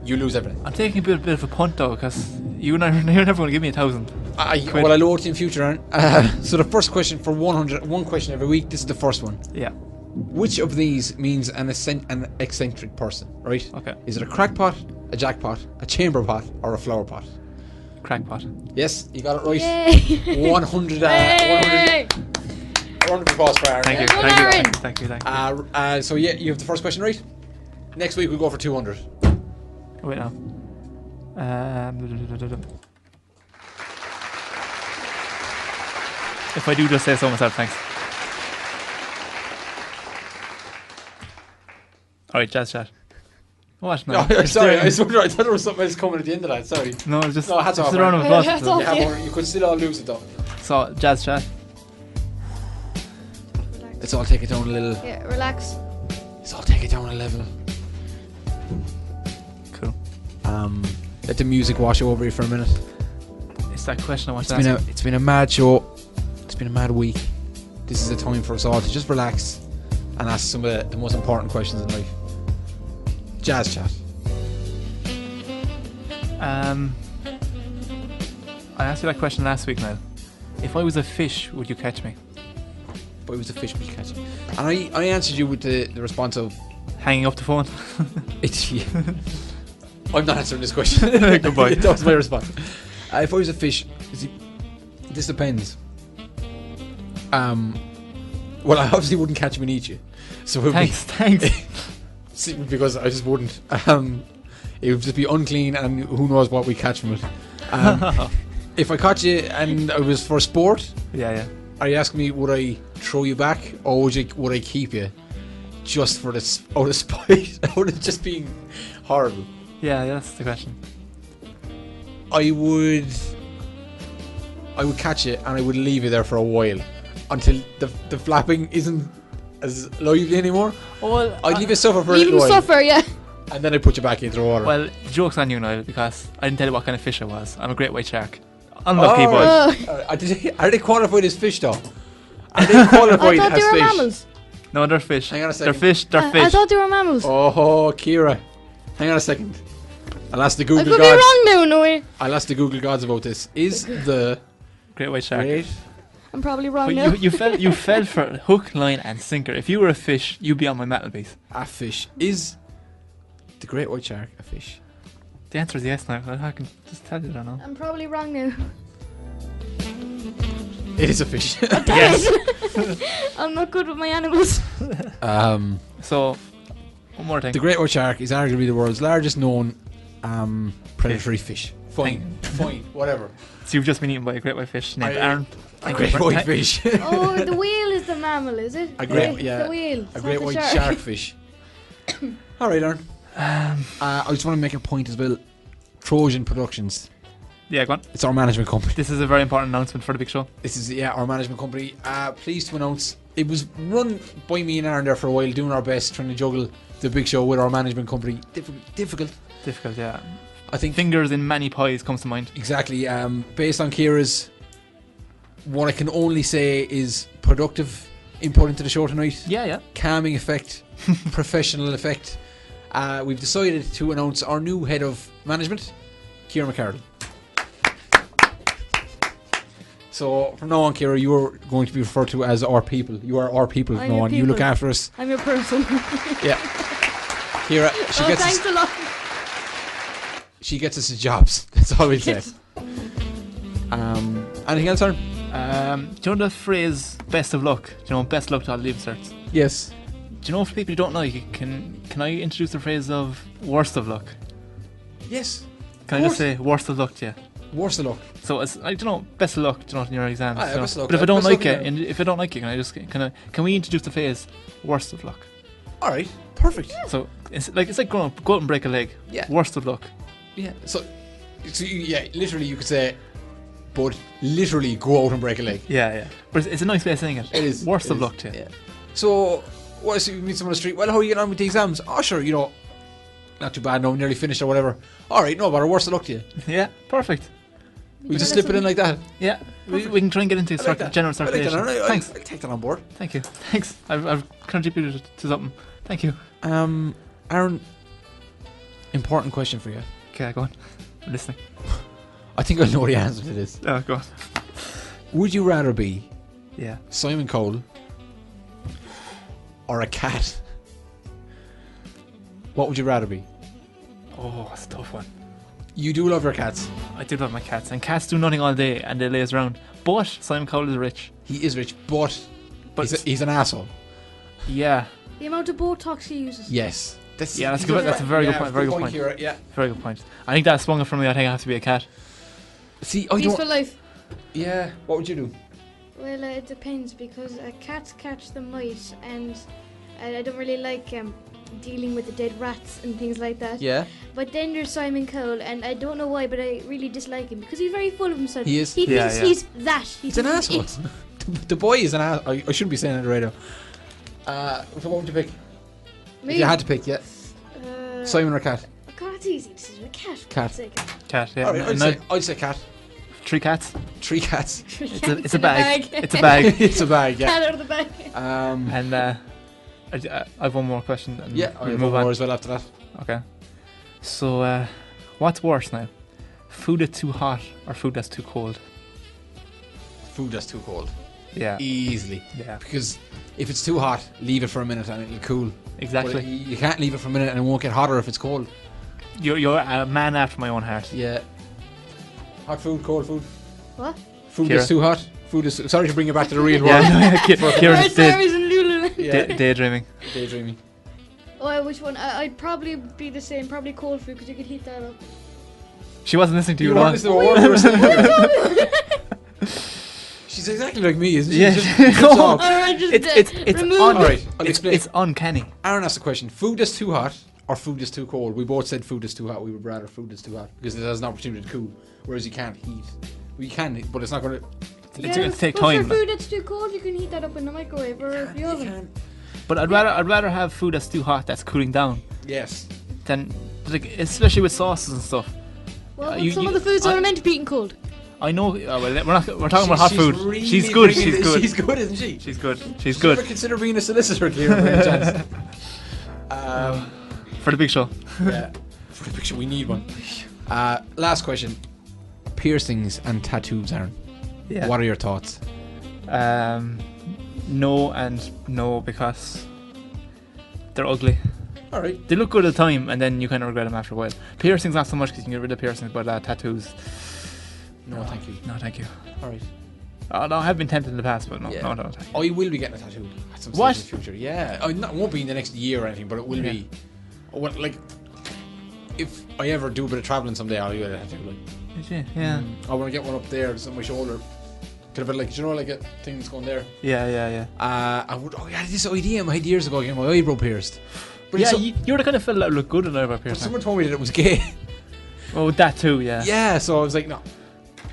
Speaker 8: you lose everything.
Speaker 9: I'm taking a bit, bit of a punt though, because you and I, you're never going to give me a thousand.
Speaker 8: I,
Speaker 9: Quid.
Speaker 8: well, I lower it in future, Aaron. Uh, so the first question for 100, one question every week. This is the first one.
Speaker 9: Yeah.
Speaker 8: Which of these means an, eccent- an eccentric person, right?
Speaker 9: Okay.
Speaker 8: Is it a crackpot, a jackpot, a chamber pot, or a flower pot?
Speaker 9: Crackpot.
Speaker 8: Yes, you got it right.
Speaker 9: Yay.
Speaker 8: 100, uh, 100, 100 applause for Aaron.
Speaker 9: Thank you, thank you, thank you, thank you, thank you.
Speaker 8: Uh, uh, so yeah, you have the first question right. Next week we go for 200.
Speaker 9: Wait now. Um, If I do just say so myself, thanks. All right, jazz chat. What? No,
Speaker 8: Oh, sorry, I was wondering, I thought there was something else coming at the end of that. Sorry.
Speaker 9: No, it's just-
Speaker 8: no. Hats
Speaker 9: it's
Speaker 8: off.
Speaker 9: a round of
Speaker 8: Ryan.
Speaker 9: applause. Yeah, it's all
Speaker 8: Yeah,
Speaker 9: good.
Speaker 8: but you could still all lose it though.
Speaker 9: So jazz chat.
Speaker 8: Let's all take it down a little.
Speaker 17: Yeah, relax.
Speaker 8: Let's all take it down a level.
Speaker 9: Cool.
Speaker 8: Um, let the music wash over you for a minute.
Speaker 9: It's that question I want
Speaker 8: It's
Speaker 9: to
Speaker 8: been a
Speaker 9: ask.
Speaker 8: it's been a mad show. It's been a mad week. This is a time for us all to just relax and ask some of the, the most important questions in life. Jazz chat.
Speaker 9: Um, I asked you that question last week, Now, If I was a fish, would you catch me?
Speaker 8: But it was a fish we catch. And I, I answered you with the, the response of
Speaker 9: hanging up the phone.
Speaker 8: it's yeah. I'm not answering this question.
Speaker 9: Goodbye.
Speaker 8: that was my response. Uh, if I was a fish, is it- this depends. Um, well, I obviously wouldn't catch him and eat you. So it would
Speaker 9: Thanks,
Speaker 8: be,
Speaker 9: thanks.
Speaker 8: See, because I just wouldn't. Um, it would just be unclean, and who knows what we catch from it. Um, if I caught you and it was for sport,
Speaker 9: Yeah, yeah.
Speaker 8: Are you asking me would I throw you back or would you would I keep you just for this out of spite, out of just being horrible?
Speaker 9: Yeah, yeah, that's the question.
Speaker 8: I would, I would catch it and I would leave you there for a while until the the flapping isn't as lively anymore.
Speaker 9: Well,
Speaker 8: I'd leave you suffer for a
Speaker 10: Leave
Speaker 8: little
Speaker 10: him
Speaker 8: while,
Speaker 10: suffer, yeah.
Speaker 8: and then I put you back into the water.
Speaker 9: Well, the joke's on you, Niall, because I didn't tell you what kind of fish I was. I'm a great white shark. Unlucky boy.
Speaker 8: boy. Are they, are they qualified as fish though? Are they qualified
Speaker 17: I thought
Speaker 8: as
Speaker 17: they were
Speaker 8: fish?
Speaker 17: mammals.
Speaker 9: No, they're fish. Hang
Speaker 8: on a
Speaker 9: They're fish, they're
Speaker 17: I, I
Speaker 9: fish.
Speaker 17: thought they were mammals.
Speaker 8: Oh, Kira. Hang on a second. I'll ask the
Speaker 17: I
Speaker 8: Google
Speaker 17: could
Speaker 8: gods.
Speaker 17: be wrong now, no way.
Speaker 8: I'll ask the Google gods about this. Is the
Speaker 9: Great white shark.
Speaker 17: I'm probably wrong
Speaker 9: But
Speaker 17: now.
Speaker 9: you, you fell you fell for hook, line, and sinker. If you were a fish, you'd be on my metal base.
Speaker 8: A fish is the great white shark a fish?
Speaker 9: The answer is yes, now. I can just tell you that now.
Speaker 17: I'm probably wrong now.
Speaker 8: It is a fish.
Speaker 17: I'm not good with my animals.
Speaker 8: um,
Speaker 9: so, one more thing.
Speaker 8: The great white shark is arguably the world's largest known um, predatory fish. Fine, fine, whatever.
Speaker 9: So you've just been eaten by a great white fish named
Speaker 8: I-
Speaker 9: Aaron.
Speaker 8: a great white fish.
Speaker 17: oh, the whale is the mammal, is it?
Speaker 8: A great,
Speaker 17: It's
Speaker 8: yeah,
Speaker 17: the whale.
Speaker 8: a great white shark, fish. All right, Aaron.
Speaker 9: Um,
Speaker 8: uh, I just want to make a point as well. Trojan Productions.
Speaker 9: Yeah, go on.
Speaker 8: It's our management company.
Speaker 9: This is a very important announcement for the big show.
Speaker 8: This is yeah our management company. Uh, pleased to announce it was run by me and Aaron there for a while, doing our best trying to juggle the big show with our management company. Difficult, difficult.
Speaker 9: Difficult, yeah.
Speaker 8: I think
Speaker 9: fingers in many pies comes to mind.
Speaker 8: Exactly. Um, based on Kira's, what I can only say is productive input into the show tonight.
Speaker 9: Yeah, yeah.
Speaker 8: Calming effect, professional effect. Uh, we've decided to announce our new head of management, Kira McCarroll. So from now on, Kira, you are going to be referred to as our people. You are our people from
Speaker 17: I'm
Speaker 8: now
Speaker 17: your
Speaker 8: on. You look
Speaker 17: people.
Speaker 8: after us.
Speaker 17: I'm your person.
Speaker 8: Yeah. Kira, she
Speaker 17: oh,
Speaker 8: gets us-
Speaker 17: thanks a lot.
Speaker 8: she gets us the jobs. That's all we say. Um, anything else, Aaron?
Speaker 9: Um, do you know the phrase "best of luck"? Do you know "best luck to all the inserts"?
Speaker 8: Yes.
Speaker 9: Do you know for people who don't know, you can can I introduce the phrase of "worst of luck"?
Speaker 8: Yes.
Speaker 9: Can I just say "worst of luck" to you?
Speaker 8: Worst of luck.
Speaker 9: So it's I don't know. Best of luck, do you know, in your exams.
Speaker 8: Aye,
Speaker 9: you know.
Speaker 8: best of luck,
Speaker 9: But if I
Speaker 8: yeah,
Speaker 9: don't
Speaker 8: best
Speaker 9: like
Speaker 8: luck,
Speaker 9: it,
Speaker 8: yeah.
Speaker 9: and if I don't like it, can I just can I can we introduce the phrase "worst of luck"?
Speaker 8: All right. Perfect.
Speaker 9: So it's like it's like going up, go out and break a leg.
Speaker 8: Yeah.
Speaker 9: Worst of luck.
Speaker 8: Yeah. So, so you, yeah, literally, you could say, but literally, go out and break a leg.
Speaker 9: Yeah, yeah. But it's, it's a nice way of saying it. It is. Worst
Speaker 8: it
Speaker 9: of
Speaker 8: is,
Speaker 9: luck to you.
Speaker 8: So, what so you meet someone on the street? Well, how are you getting on with the exams? Oh, sure, you know, not too bad. No, nearly finished or whatever. All right, no, but worst of luck to you.
Speaker 9: Yeah, perfect.
Speaker 8: We just slip it in like that.
Speaker 9: Yeah, we, we can try and get into
Speaker 8: I like
Speaker 9: circ-
Speaker 8: that.
Speaker 9: general
Speaker 8: I like that.
Speaker 9: circulation.
Speaker 8: All right, I'll-
Speaker 9: Thanks.
Speaker 8: I'll take that on board.
Speaker 9: Thank you. Thanks. I've, I've contributed to something. Thank you.
Speaker 8: Um, Aaron, important question for you.
Speaker 9: Okay, go on. I'm listening.
Speaker 8: I think I know the answer to this.
Speaker 9: Oh, go on.
Speaker 8: Would you rather be
Speaker 9: Yeah.
Speaker 8: Simon Cole or a cat? What would you rather be?
Speaker 9: Oh, that's a tough one.
Speaker 8: You do love your cats.
Speaker 9: I do love my cats, and cats do nothing all day and they laze around. But Simon Cowell is rich.
Speaker 8: He is rich, but,
Speaker 9: but
Speaker 8: he's, a, he's an asshole.
Speaker 9: yeah,
Speaker 17: The amount of Botox he uses.
Speaker 8: Yes. That's-
Speaker 9: yeah, that's
Speaker 8: he's
Speaker 9: good.
Speaker 8: a-
Speaker 9: That's a very
Speaker 8: yeah,
Speaker 9: good point. Very
Speaker 8: good
Speaker 9: good
Speaker 8: point,
Speaker 9: point.
Speaker 8: Kira, yeah.
Speaker 9: Very good point. I think that swung it for me. I think I have to be a cat.
Speaker 8: See,
Speaker 10: Peaceful life.
Speaker 8: Yeah. What would you do?
Speaker 17: Well, uh, it depends because uh, cats catch the mice, and uh, I I don't really like um, dealing with the dead rats and things like that.
Speaker 9: Yeah.
Speaker 17: But then there's Simon Cowell, and I don't know why, but I really dislike him because he's very full of himself.
Speaker 8: He is.
Speaker 17: He
Speaker 8: Yeah,
Speaker 17: thinks
Speaker 8: yeah.
Speaker 17: he's that. He
Speaker 8: He's an
Speaker 17: thinks
Speaker 8: asshole.
Speaker 17: it.
Speaker 8: the, the boy is an asshole. I, I shouldn't be saying it right now. Uh, if I want to pick,
Speaker 17: Me.
Speaker 8: if you had to pick, yeah.
Speaker 17: Uh,
Speaker 8: Simon or cat?
Speaker 17: God, it's easy. This is a cat. for
Speaker 8: Cat.
Speaker 17: God's sake.
Speaker 9: Cat, yeah.
Speaker 8: All right,
Speaker 9: no-
Speaker 8: I'd,
Speaker 9: no-
Speaker 8: say, I'd say cat.
Speaker 9: Three cats.
Speaker 8: Three cats.
Speaker 17: Three
Speaker 9: It's a,
Speaker 17: cats
Speaker 9: it's a
Speaker 17: in a
Speaker 9: bag.
Speaker 17: bag.
Speaker 9: it's a bag.
Speaker 8: It's a bag, yeah.
Speaker 17: Cat out of the bag.
Speaker 8: Um,
Speaker 9: and uh, I, I- I have one more question. And
Speaker 8: Yeah, I
Speaker 9: we'll
Speaker 8: have
Speaker 9: move
Speaker 8: one
Speaker 9: on.
Speaker 8: more as well after that.
Speaker 9: Okay. So, uh, what's worse now? Food that's too hot or food that's too cold?
Speaker 8: Food that's too cold.
Speaker 9: Yeah.
Speaker 8: Easily.
Speaker 9: Yeah.
Speaker 8: Because if it's too hot, leave it for a minute and it'll cool.
Speaker 9: Exactly.
Speaker 8: But you you can't leave it for a minute and it won't get hotter if it's cold.
Speaker 9: You're, you're a man after my own heart.
Speaker 8: Yeah. Hot food, cold food.
Speaker 17: What?
Speaker 8: Food
Speaker 9: Kira.
Speaker 8: that's too hot. Food is. Sorry to bring it back to the real
Speaker 9: Yeah,
Speaker 8: world.
Speaker 9: no, yeah, Ki- Kira's Where's dead. Harry's
Speaker 17: in Lululand?
Speaker 8: Yeah.
Speaker 9: Day- daydreaming.
Speaker 8: Daydreaming.
Speaker 17: Oh, which one? I, I'd probably be the same. Probably cold food because you could heat that up.
Speaker 9: She wasn't listening to you,
Speaker 8: You
Speaker 9: at
Speaker 8: weren't
Speaker 9: all.
Speaker 8: listening to what we were saying. She's exactly like me, isn't she?
Speaker 9: Yeah.
Speaker 8: Just- it's
Speaker 9: No.
Speaker 8: all-
Speaker 9: Alright, just
Speaker 17: uh,
Speaker 9: It's- it's- it's remove un-
Speaker 8: Alright, I'll
Speaker 9: it's-
Speaker 8: explain.
Speaker 9: it's uncanny.
Speaker 8: Aaron asked a question: Food that's too hot or food that's too cold? We both said food that's too hot. We would rather food that's too hot because it has an opportunity to cool, whereas you can't heat. We can, but it's not going to.
Speaker 17: but For food that's too cold, you can heat that up in the microwave or the oven.
Speaker 9: But I'd rather I'd rather have food that's too hot that's cooling down.
Speaker 8: Yes.
Speaker 9: Then, like especially with sauces and stuff.
Speaker 17: Well,
Speaker 9: Uh,
Speaker 17: but
Speaker 9: you-
Speaker 17: some
Speaker 9: you-
Speaker 17: of the foods
Speaker 9: I-
Speaker 17: are meant to be eaten cold.
Speaker 9: I know. Uh, well, we're not. We're talking about hot
Speaker 8: She's- she's
Speaker 9: food.
Speaker 8: really
Speaker 9: she's good.
Speaker 8: bringing
Speaker 9: She's
Speaker 8: the-
Speaker 9: good.
Speaker 8: she's good, isn't she?
Speaker 9: She's good. She's
Speaker 8: Should
Speaker 9: good.
Speaker 8: Ever consider being a solicitor, Kieran, by any chance? Um,
Speaker 9: For the big show.
Speaker 8: yeah. For the picture, we need one. Uh, last question: Piercings and tattoos, Aaron.
Speaker 9: Yeah.
Speaker 8: What are your thoughts?
Speaker 9: Um, no and no because they're ugly.
Speaker 8: All right.
Speaker 9: They look good at the time, and then you kind of regret them after a while. Piercings not so much because you can get rid of piercings, but uh, tattoos.
Speaker 8: No, thank you.
Speaker 9: No, thank you.
Speaker 8: All right.
Speaker 9: Oh, no, I have been tempted in the past, but no, no, no, thank you.
Speaker 8: I Oh, will be getting a tattoo at some
Speaker 9: What?
Speaker 8: stage in the future. Yeah, I, not, it won't be in the next year or anything, but it will
Speaker 9: Yeah.
Speaker 8: be. Well, like, if I ever do a bit of traveling someday, I'll get a tattoo. Like,
Speaker 9: Yeah, yeah.
Speaker 8: Mm, I want to get one up there, just on my shoulder. Could have been like, you know, like a thing that's going there.
Speaker 9: Yeah, yeah, yeah.
Speaker 8: Uh, I would. Oh, yeah, this idea I had years ago, getting my eyebrow pierced.
Speaker 9: yeah,
Speaker 8: so-
Speaker 9: you, you're the kind of fella that would look good in an eyebrow piercing.
Speaker 8: someone told me that it was gay.
Speaker 9: Well, with that too, yeah.
Speaker 8: yeah, so I was like, no.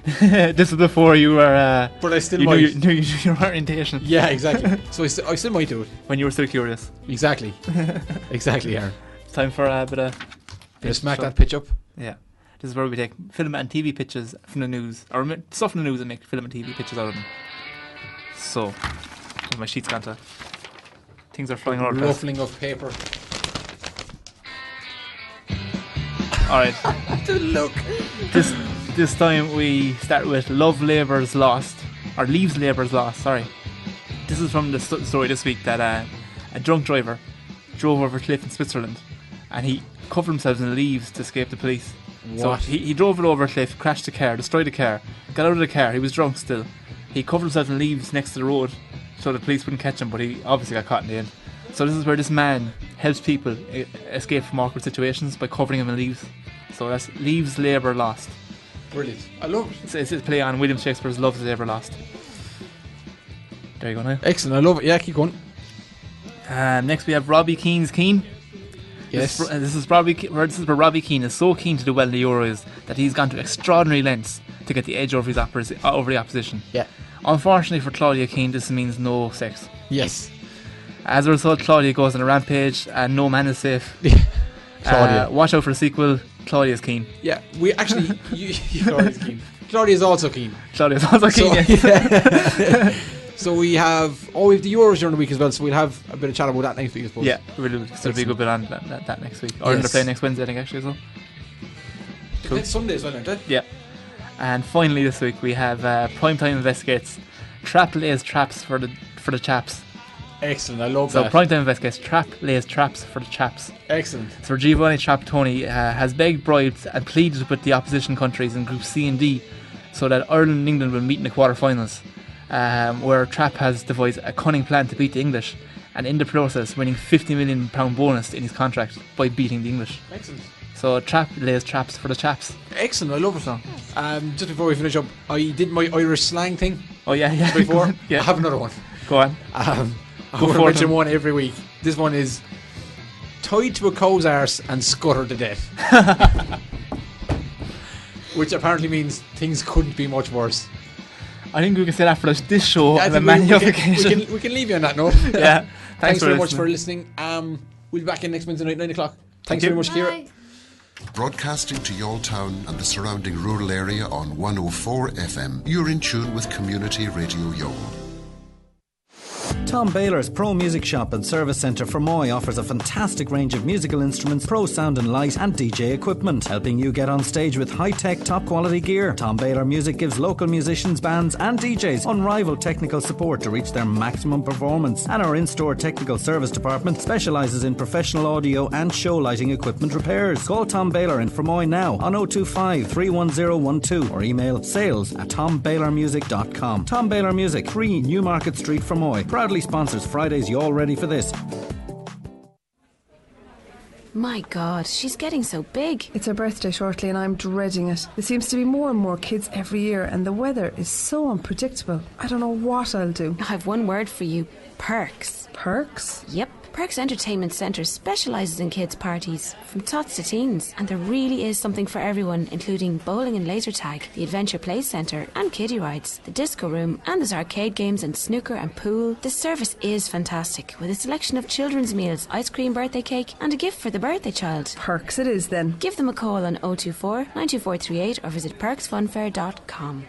Speaker 9: this is before you were. Uh,
Speaker 8: But I still
Speaker 9: you
Speaker 8: might.
Speaker 9: knew, you knew you- your orientation.
Speaker 8: Yeah, exactly. so I, st- I still might do it.
Speaker 9: when you were still curious.
Speaker 8: Exactly. exactly, Aaron.
Speaker 9: It's time for a bit of.
Speaker 8: Bit of smack
Speaker 9: so-
Speaker 8: that pitch up.
Speaker 9: Yeah. This is where we take film and TV pitches from the news, or mi- stuff from the news and make film and TV pitches out of them. So, my sheet's gone to. Things are flying all over the place.
Speaker 8: Ruffling of paper.
Speaker 9: Alright.
Speaker 8: look.
Speaker 9: This this time we start with Love Labour's Lost, or Leaves Labour's Lost, sorry. This is from the st- story this week that uh, a drunk driver drove over a cliff in Switzerland and he covered himself in leaves to escape the police. So
Speaker 8: What?
Speaker 9: he, he drove it over a cliff, crashed the car, destroyed the car, got out of the car, he was drunk still. He covered himself in leaves next to the road so the police wouldn't catch him, but he obviously got caught in the end. So this is where this man helps people e- escape from awkward situations by covering them in leaves. So that's Leaves Labour Lost.
Speaker 8: Brilliant. I love
Speaker 9: It's, it's a play on William Shakespeare's Love is Ever Lost. There you go now.
Speaker 8: Excellent. I love it. Yeah, keep going.
Speaker 9: Um, next we have Robbie Keane's Keane.
Speaker 8: Yes.
Speaker 9: This is, this is Robbie. Ke- or This is where Robbie Keane is so keen to do well in the Euros that he's gone to extraordinary lengths to get the edge over his oppos- over the opposition.
Speaker 8: Yeah.
Speaker 9: Unfortunately for Claudia Keane, this means no sex.
Speaker 8: Yes.
Speaker 9: As a result, Claudia goes on a rampage, and no man is safe.
Speaker 8: Claudia.
Speaker 9: Uh, watch out for a sequel. Claudia's keen.
Speaker 8: Yeah, we actually. you, Claudia's keen. Claudia's also keen.
Speaker 9: Claudia's also keen.
Speaker 8: So,
Speaker 9: yes.
Speaker 8: yeah. so we have. Oh, we have the Euros during the week as well, so we'll have a bit of chat about that next week, I suppose.
Speaker 9: Yeah, we'll still be a good bit on that, that, that next week. Or
Speaker 8: Yes.
Speaker 9: yes. play next Wednesday, I think, actually, as well. Cool.
Speaker 8: It's Sunday as well, isn't it?
Speaker 9: Yeah. And finally, this week we have uh, Primetime Investigates. Trap lays traps for the for the chaps.
Speaker 8: Excellent, I love
Speaker 9: so
Speaker 8: that.
Speaker 9: Primetime Investigates. Trap lays traps for the chaps.
Speaker 8: Excellent.
Speaker 9: So Giovanni Trapattoni uh, has begged, bribed, and pleaded with the opposition countries in Group C and D so that Ireland and England will meet in the quarterfinals, um, where Trapp has devised a cunning plan to beat the English, and in the process winning 50 million pound bonus in his contract by beating the English.
Speaker 8: Excellent.
Speaker 9: So Trapp lays traps for the chaps.
Speaker 8: Excellent, I love it. Um, just before we finish up, I did my Irish slang thing.
Speaker 9: Oh, yeah, yeah.
Speaker 19: Before, I have another one.
Speaker 9: Go on.
Speaker 19: Um, I
Speaker 9: Go
Speaker 19: want
Speaker 9: for
Speaker 19: to
Speaker 9: it
Speaker 19: mention
Speaker 9: then.
Speaker 19: one every week. This one is tied to a cow's arse and scuttered to death, which apparently means things couldn't be much worse.
Speaker 9: I think we can say that for this show
Speaker 19: I
Speaker 9: on
Speaker 19: think
Speaker 9: the
Speaker 19: we-
Speaker 9: many
Speaker 19: we, can, we,
Speaker 9: occasions.
Speaker 19: can, we can leave you on that note.
Speaker 9: Yeah.
Speaker 19: thanks
Speaker 9: Thanks for
Speaker 19: very much for listening. Um, we'll be back in next Wednesday night, nine o'clock. Thanks
Speaker 2: you.
Speaker 19: very much, Kira.
Speaker 2: Broadcasting to your town and the surrounding rural area on 104 FM, you're in tune with Community Radio Yole.
Speaker 3: Tom Baylor's Pro Music Shop and Service Centre for Moy offers a fantastic range of musical instruments, pro sound and light, and DJ equipment, helping you get on stage with high tech, top quality gear. Tom Baylor Music gives local musicians, bands, and DJs unrivaled technical support to reach their maximum performance. And our in store technical service department specialises in professional audio and show lighting equipment repairs. Call Tom Baylor in Fermoy now on 025 31012 or email sales at tombaylormusic.com. Tom Baylor Music, 3 Newmarket Street, Fermoy, proudly sponsors Fridays You All Ready for This.
Speaker 6: My God, she's getting so big.
Speaker 20: It's her birthday shortly, and I'm dreading it. There seems to be more and more kids every year, and the weather is so unpredictable. I don't know what I'll do.
Speaker 6: I've one word for you perks.
Speaker 20: Perks?
Speaker 6: Yep. Perks Entertainment Centre specialises in kids' parties, from tots to teens, and there really is something for everyone, including bowling and laser tag, the Adventure Play Centre and kiddie rides, the disco room, and there's arcade games and snooker and pool. The service is fantastic, with a selection of children's meals, ice cream, birthday cake, and a gift for the birthday child.
Speaker 20: Perks it is then.
Speaker 6: Give them a call on 024 92438 or visit perksfunfair.com.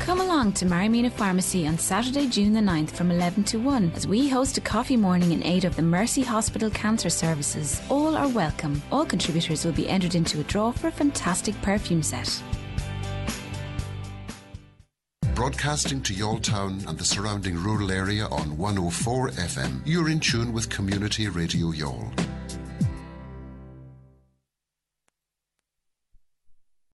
Speaker 6: Come along to Marimina Pharmacy on Saturday, June the 9th from 11 to 1 as we host a coffee morning in aid of the Mercy Hospital Cancer Services. All are welcome. All contributors will be entered into a draw for a fantastic perfume set.
Speaker 2: Broadcasting to your town and the oh surrounding rural area on 104 FM, you're in tune with Community Radio Yole.